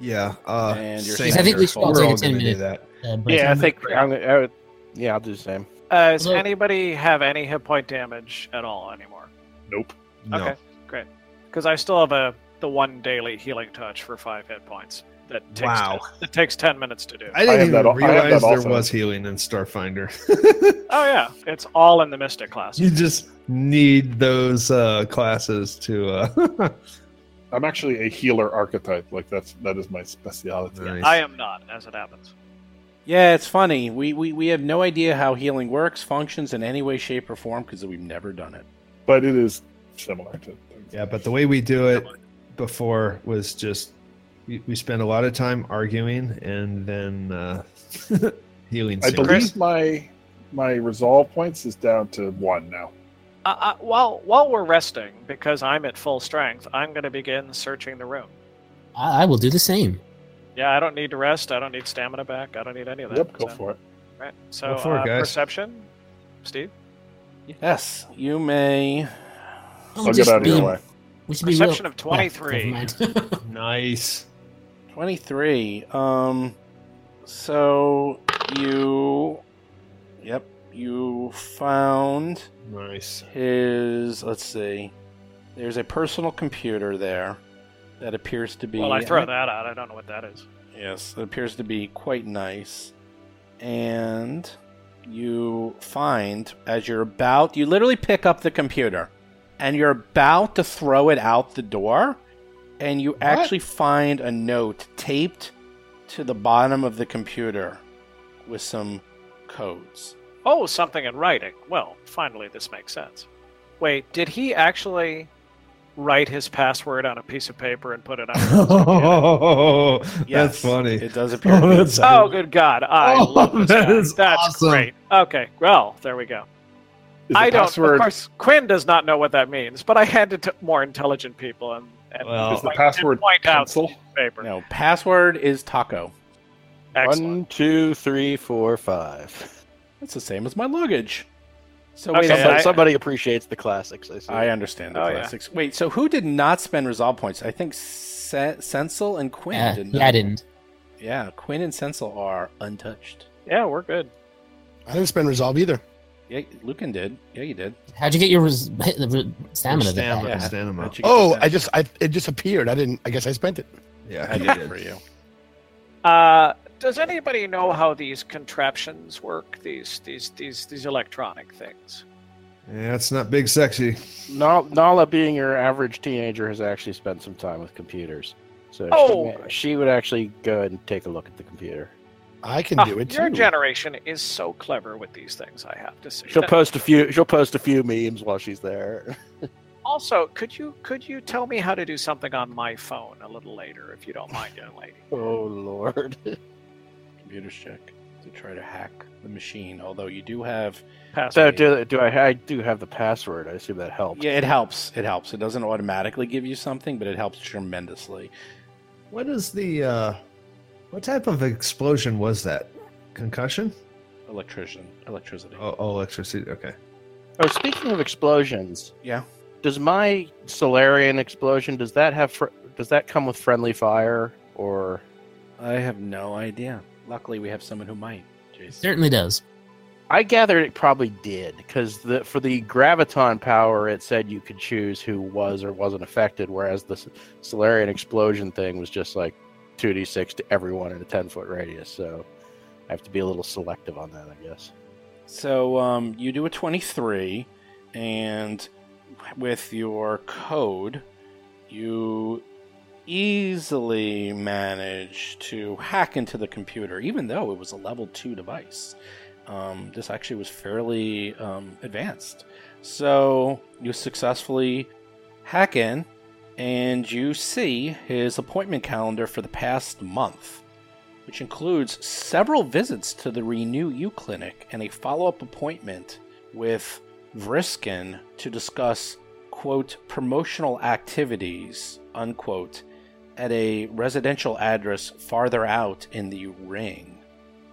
Yeah. Uh,
And you're
same
I think we
here.
should all
We're
take a
all gonna
10
do
minute
that.
Uh, break.
yeah, I think I'm gonna. I would, yeah, I'll do the same.
Uh, does
Although-
anybody have any hit point damage at all anymore?
Nope.
No.
Okay, great. Because I still have a the one daily healing touch for five hit points. That takes
Wow.
ten, that takes ten minutes to do.
I didn't
have
even
that al- I have that
realize there
also.
was healing in Starfinder.
oh yeah, it's all in the Mystic class.
you just need those uh, classes to. Uh,
I'm actually a healer archetype. Like that's that is my specialty.
Nice.
I am not, as it happens.
Yeah, it's funny. We, we we have no idea how healing works, functions in any way, shape, or form because we've never done it.
But it is similar to things.
Yeah, but the way we do it before was just we, we spent a lot of time arguing and then uh, healing.
I
serum.
believe my my resolve points is down to one now.
Uh, uh, while while we're resting, because I'm at full strength, I'm going to begin searching the room.
I, I will do the same.
Yeah, I don't need to rest. I don't need stamina back. I don't need any of that.
Yep, go
so-
for it.
Right. So
Go for it,
uh,
guys.
perception, Steve.
Yes, you may.
Don't
I'll get
just
out of
be-
your way.
We should be real.
Perception of twenty three.
Yeah, never mind.
Nice.
Twenty three. Um, so you, yep, you found
Nice.
his. Let's see. There's a personal computer there that appears to be.
well, I throw that out. I don't know what that is.
Yes, it appears to be quite nice. And you find as you're about, you literally pick up the computer and you're about to throw it out the door, and you actually find a note taped to the bottom of the computer with some codes.
Oh, something in writing. Well, finally, this makes sense. Wait, did he actually write his password on a piece of paper and put it on. his computer.
Oh, that's
Yes,
funny.
It does appear.
Oh,
to be.
that's
oh, good God! I
Oh,
love this
that
guy.
is
That's
awesome.
great. Okay, well, there we go.
Is the
I don't.
Password,
Of course, Quinn does not know what that means, but I hand it to more intelligent people and. and
Well-
is the
I did
password
point out
pencil?
the paper.
No, password is taco.
Excellent.
One, two, three, four, five.
That's the same as my luggage. So
Okay,
wait, a
Yeah,
somebody,
second.
I-
somebody appreciates the classics. I see.
I understand the
Oh, yeah.
classics. Wait, so who did not spend resolve points? I think Se- Sensel and Quinn
Yeah,
did not.
yeah, I didn't.
Yeah, Quinn and Sensel are untouched.
Yeah, we're good.
I didn't spend resolve either.
Yeah, Lucan did. Yeah, you did.
How'd you get your res- re- stamina? to
stamina.
that?
Yeah.
stamina.
How'd you get
Oh,
that?
I just I it just appeared. I didn't. I guess I spent it.
Yeah,
I
he
did it for
did.
you.
Uh, does anybody know how these contraptions work? These these these these electronic things.
Yeah, it's not big sexy.
Nala, Nala, being your average teenager, has actually spent some time with computers. So she
Oh.
ma- she, would actually go and take a look at the computer.
I can
Oh,
Ah,
do it
Your
too.
generation is so clever with these things. I have to say.
She'll
That-
post a few. She'll post a few memes while she's there.
also, could you could you tell me how to do something on my phone a little later, if you don't mind, young lady?
oh lord!
Computers check to try to hack the machine. Although you do have.
Pass
So
me.
do, do I? I do have the password. I assume that helps.
Yeah, it helps. It helps. It doesn't automatically give you something, but it helps tremendously.
What is the? uh What type of explosion was that? Concussion?
Electrician, electricity.
Oh, oh electricity. Okay.
Oh, speaking of explosions,
Yeah.
Does my Solarian explosion does that have fr- does that come with friendly fire or
I have no idea. Luckily, we have someone who might. Jeez.
Certainly does.
I gathered it probably did because the for the graviton power it said you could choose who was or wasn't affected, whereas the S- Solarian explosion thing was just like two d six to everyone in a ten foot radius. So I have to be a little selective on that, I guess.
So um, you do a 23, and with your code, you easily manage to hack into the computer, even though it was a level 2 device. Um, this actually was fairly um, advanced. So you successfully hack in, and you see his appointment calendar for the past month which includes several visits to the Renew You clinic and a follow up appointment with Vriskin to discuss, quote, promotional activities, unquote, at a residential address farther out in the ring.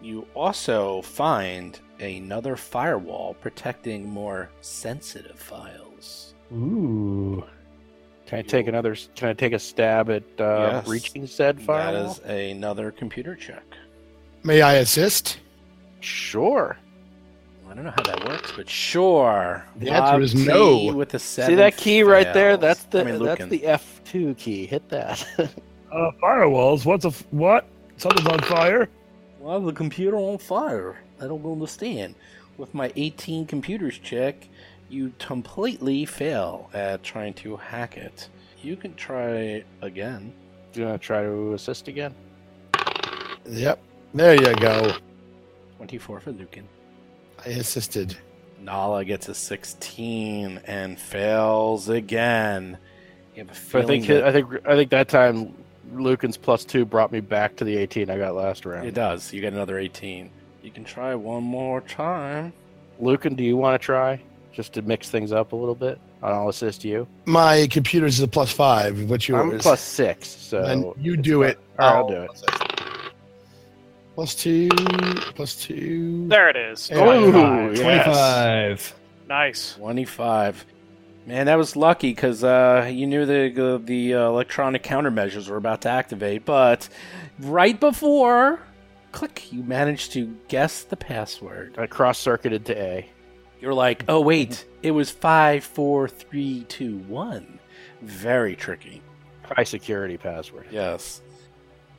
You also find another firewall protecting more sensitive files.
Ooh.
Can I take another? s- Can I take a stab at uh,
Yes.
reaching said
That
firewall?
is another computer check.
May I assist?
Sure.
I don't know how that works, but sure.
The answer is no.
T With the
See
seven
that key right there?
fails.
That's the
I mean,
that's
Lucan.
the F two key. Hit that.
Uh, firewalls. What's a f- what? Something's on fire.
Why is the computer on fire? I don't understand. With my 18 computers check, you completely fail at trying to hack it. You can try again.
Do you want to try to assist again?
Yep. There you go.
24 for Lucan.
I assisted.
Nala gets a 16 and fails again. You have a
I
feeling
think
that-
I think I think that time Lucan's plus two brought me back to the eighteen I got last
it
round.
does. You get another 18. You can try one more time.
Lucan, do you want to try just to mix things up a little bit? I'll assist you.
My computer's is a plus five. What's yours?
I'm plus six, so
Then you
it's
do
fine.
it.
All right, I'll do it.
Plus two. Plus two.
There it is.
Hey, Ooh,
25.
yes.
Twenty-five.
Nice.
25. Man, that was lucky because uh, you knew the the uh, electronic countermeasures were about to activate, but right before click, you managed to guess the password.
I cross circuited to A.
You're like, oh wait, it was five, four, three, two, one. Very tricky.
High security password.
Yes,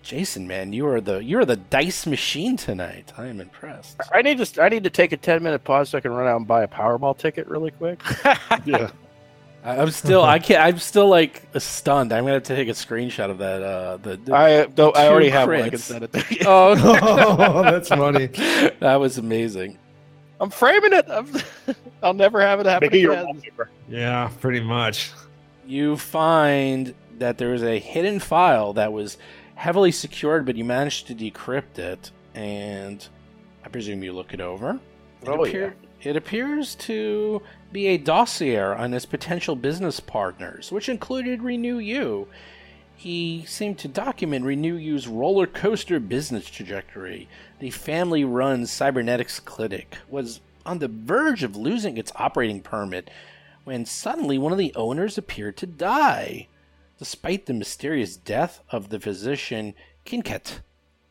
Jason, man, you are the you are the dice machine tonight. I am impressed.
I need to I need to take a ten minute pause so I can run out and buy a Powerball ticket really quick.
Yeah.
I, I'm still, I can't, I'm still like stunned. I'm gonna have to take a screenshot of that. Uh, the, the
I though I
Two
already have one. I
crits.
can send it to you.
oh
oh, that's funny.
that was amazing.
I'm framing it. I'm, I'll never have it happen
Make it your
again.
wallpaper.
Yeah, pretty much.
you find that there is a hidden file that was heavily secured, but you managed to decrypt it, and I presume you look it over. It,
Oh,
it appears to be a dossier on his potential business partners, which included Renew You. He seemed to document Renew You's roller coaster business trajectory. The family run cybernetics clinic was on the verge of losing its operating permit when suddenly one of the owners appeared to die. Despite the mysterious death of the physician Kinket,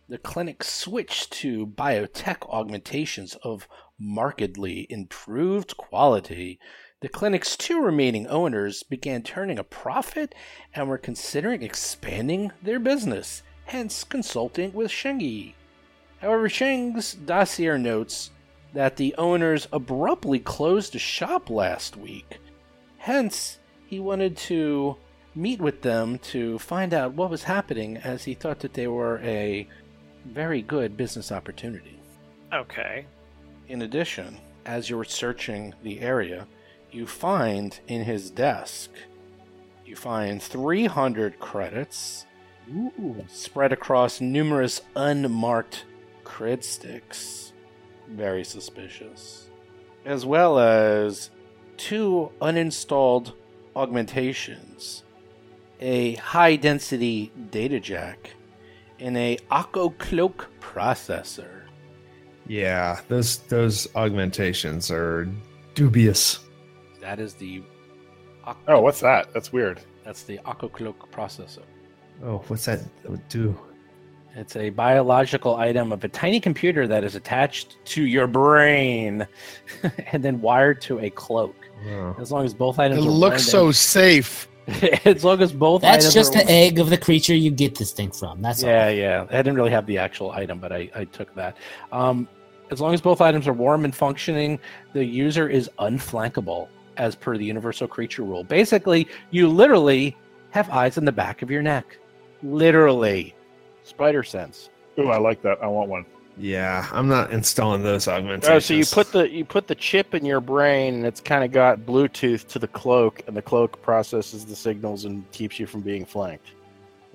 the clinic switched to biotech augmentations of markedly improved quality. The clinic's two remaining owners began turning a profit and were considering expanding their business, hence consulting with Shengi. However, Sheng's dossier notes that the owners abruptly closed the shop last week. Hence, he wanted to meet with them to find out what was happening as he thought that they were a very good business opportunity.
Okay.
In addition, as you're searching the area, you find in his desk, you find 300 credits spread across numerous unmarked cred sticks. Very suspicious. As well as two uninstalled augmentations, a high density data jack, and a Akko cloak processor.
Yeah, those those augmentations are dubious.
That is the Ak-
Oh, what's that? That's weird.
That's the Akokloak processor.
Oh, what's that do?
It's a biological item of a tiny computer that is attached to your brain and then wired to a cloak.
Oh.
As long as both items
It
are
looks so
wired
safe.
in- as long as both
That's
items
just
are-
the egg of the creature you get this thing from. That's
Yeah, yeah. I didn't really have the actual item, but I, I took that. Um, as long as both items are warm and functioning, the user is unflankable as per the universal creature rule. Basically, you literally have eyes in the back of your neck. Literally.
Spider sense.
Ooh, I like that. I want one.
Yeah, I'm not installing those augmentations.
Oh, so you put the you put the chip in your brain, and it's kind of got Bluetooth to the cloak, and the cloak processes the signals and keeps you from being flanked.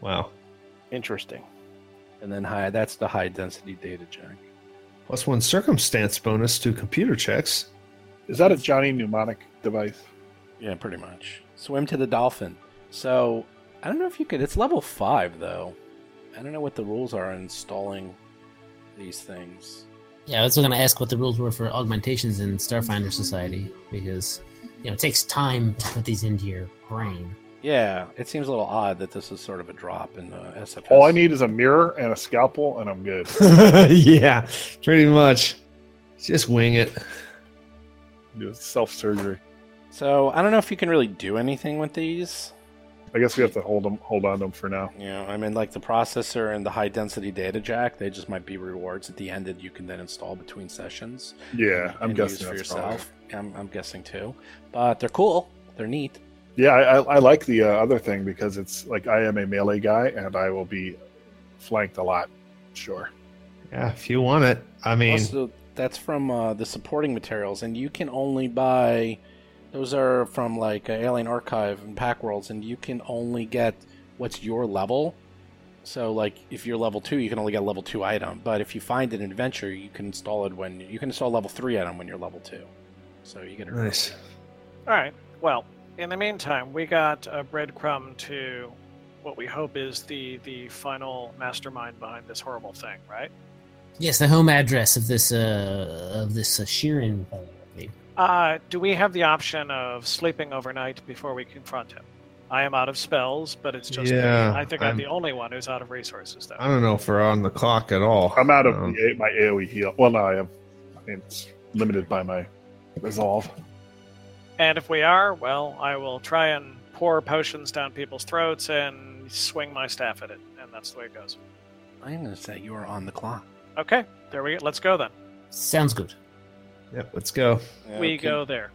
wow
Interesting.
And then high that's the high density data jack.
plus one circumstance bonus to computer checks.
Is that a Johnny mnemonic device?
Yeah, pretty much. Swim to the dolphin. So I don't know if you could. It's level five though. I don't know what the rules are on installing these things.
Yeah, I was going to ask what the rules were for augmentations in Starfinder Society because you know it takes time to put these into your brain.
Yeah, it seems a little odd that this is sort of a drop in the SFS.
All I need is a mirror and a scalpel, and I'm good.
yeah, pretty much. Just wing it.
Do self surgery.
So I don't know if you can really do anything with these.
I guess we have to hold them, hold on to them for now.
You know, I mean, like the processor and the high density data jack, they just might be rewards at the end that you can then install between sessions.
Yeah, I'm
and use
guessing
for
that's probably-
yourself. I'm, I'm guessing too, but they're cool. They're neat.
Yeah, I, I, I like the uh, other thing because it's like I am a melee guy and I will be flanked a lot. Sure.
Yeah, if you want it. I mean,
also, that's from uh, the supporting materials, and you can only buy. Those are from like uh, Alien Archive and Pack Worlds, and you can only get what's your level. So, like, if you're level two, you can only get a level two item. But if you find an adventure, you can install it when you can install a level three item when you're level two. So you get it.
nice.
All right. Well, in the meantime, we got a breadcrumb to what we hope is the the final mastermind behind this horrible thing, right?
Yes, the home address of this uh of this uh, Sheeran fellow, I believe.
Uh, do we have the option of sleeping overnight before we confront him? I am out of spells, but it's just me.
Yeah,
I think I'm,
I'm-
the only one who's out of resources, though.
I don't know if we're on the clock at all.
I'm out of
Um,
the, my AoE heal. Well, no, I have. I mean, it's limited by my resolve.
And if we are, well, I will try and pour potions down people's throats and swing my staff at it, and that's the way it goes.
I'm gonna say you are on the clock.
Okay, there we go. Let's go then.
Sounds good.
Yep, let's go.
We go there.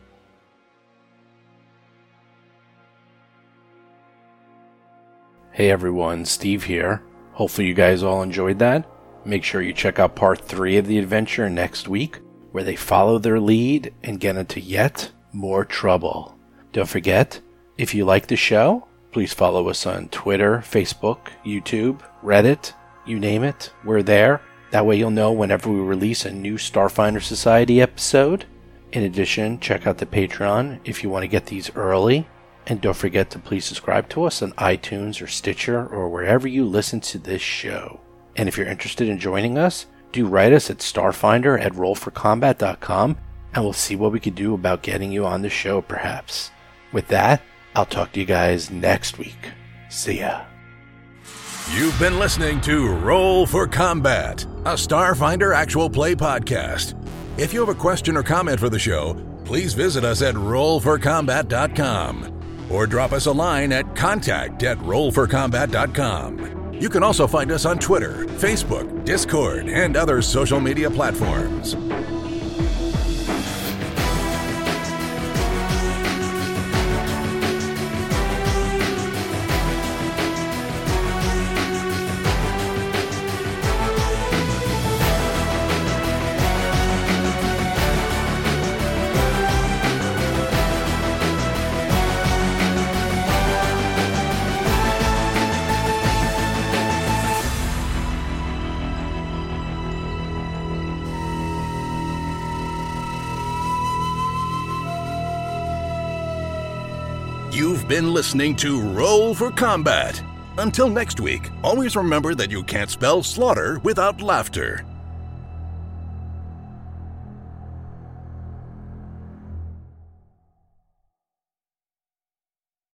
Hey everyone, Steve here. Hopefully, you guys all enjoyed that. Make sure you check out part three of the adventure next week, where they follow their lead and get into yet more trouble. Don't forget, If you like the show, please follow us on Twitter, Facebook, YouTube, Reddit, you name it. We're there. That way you'll know whenever we release a new Starfinder Society episode. In addition, check out the Patreon if you want to get these early. And don't forget to please subscribe to us on iTunes or Stitcher or wherever you listen to this show. And if you're interested in joining us, do write us at starfinder at rollforcombat.com and we'll see what we can do about getting you on the show, perhaps. With that, I'll talk to you guys next week. See ya.
You've been listening to Roll for Combat, a Starfinder actual play podcast. If you have a question or comment for the show, please visit us at rollforcombat.com or drop us a line at contact at rollforcombat.com. You can also find us on Twitter, Facebook, Discord, and other social media platforms. You've been listening to Roll for Combat. Until next week, always remember that you can't spell slaughter without laughter.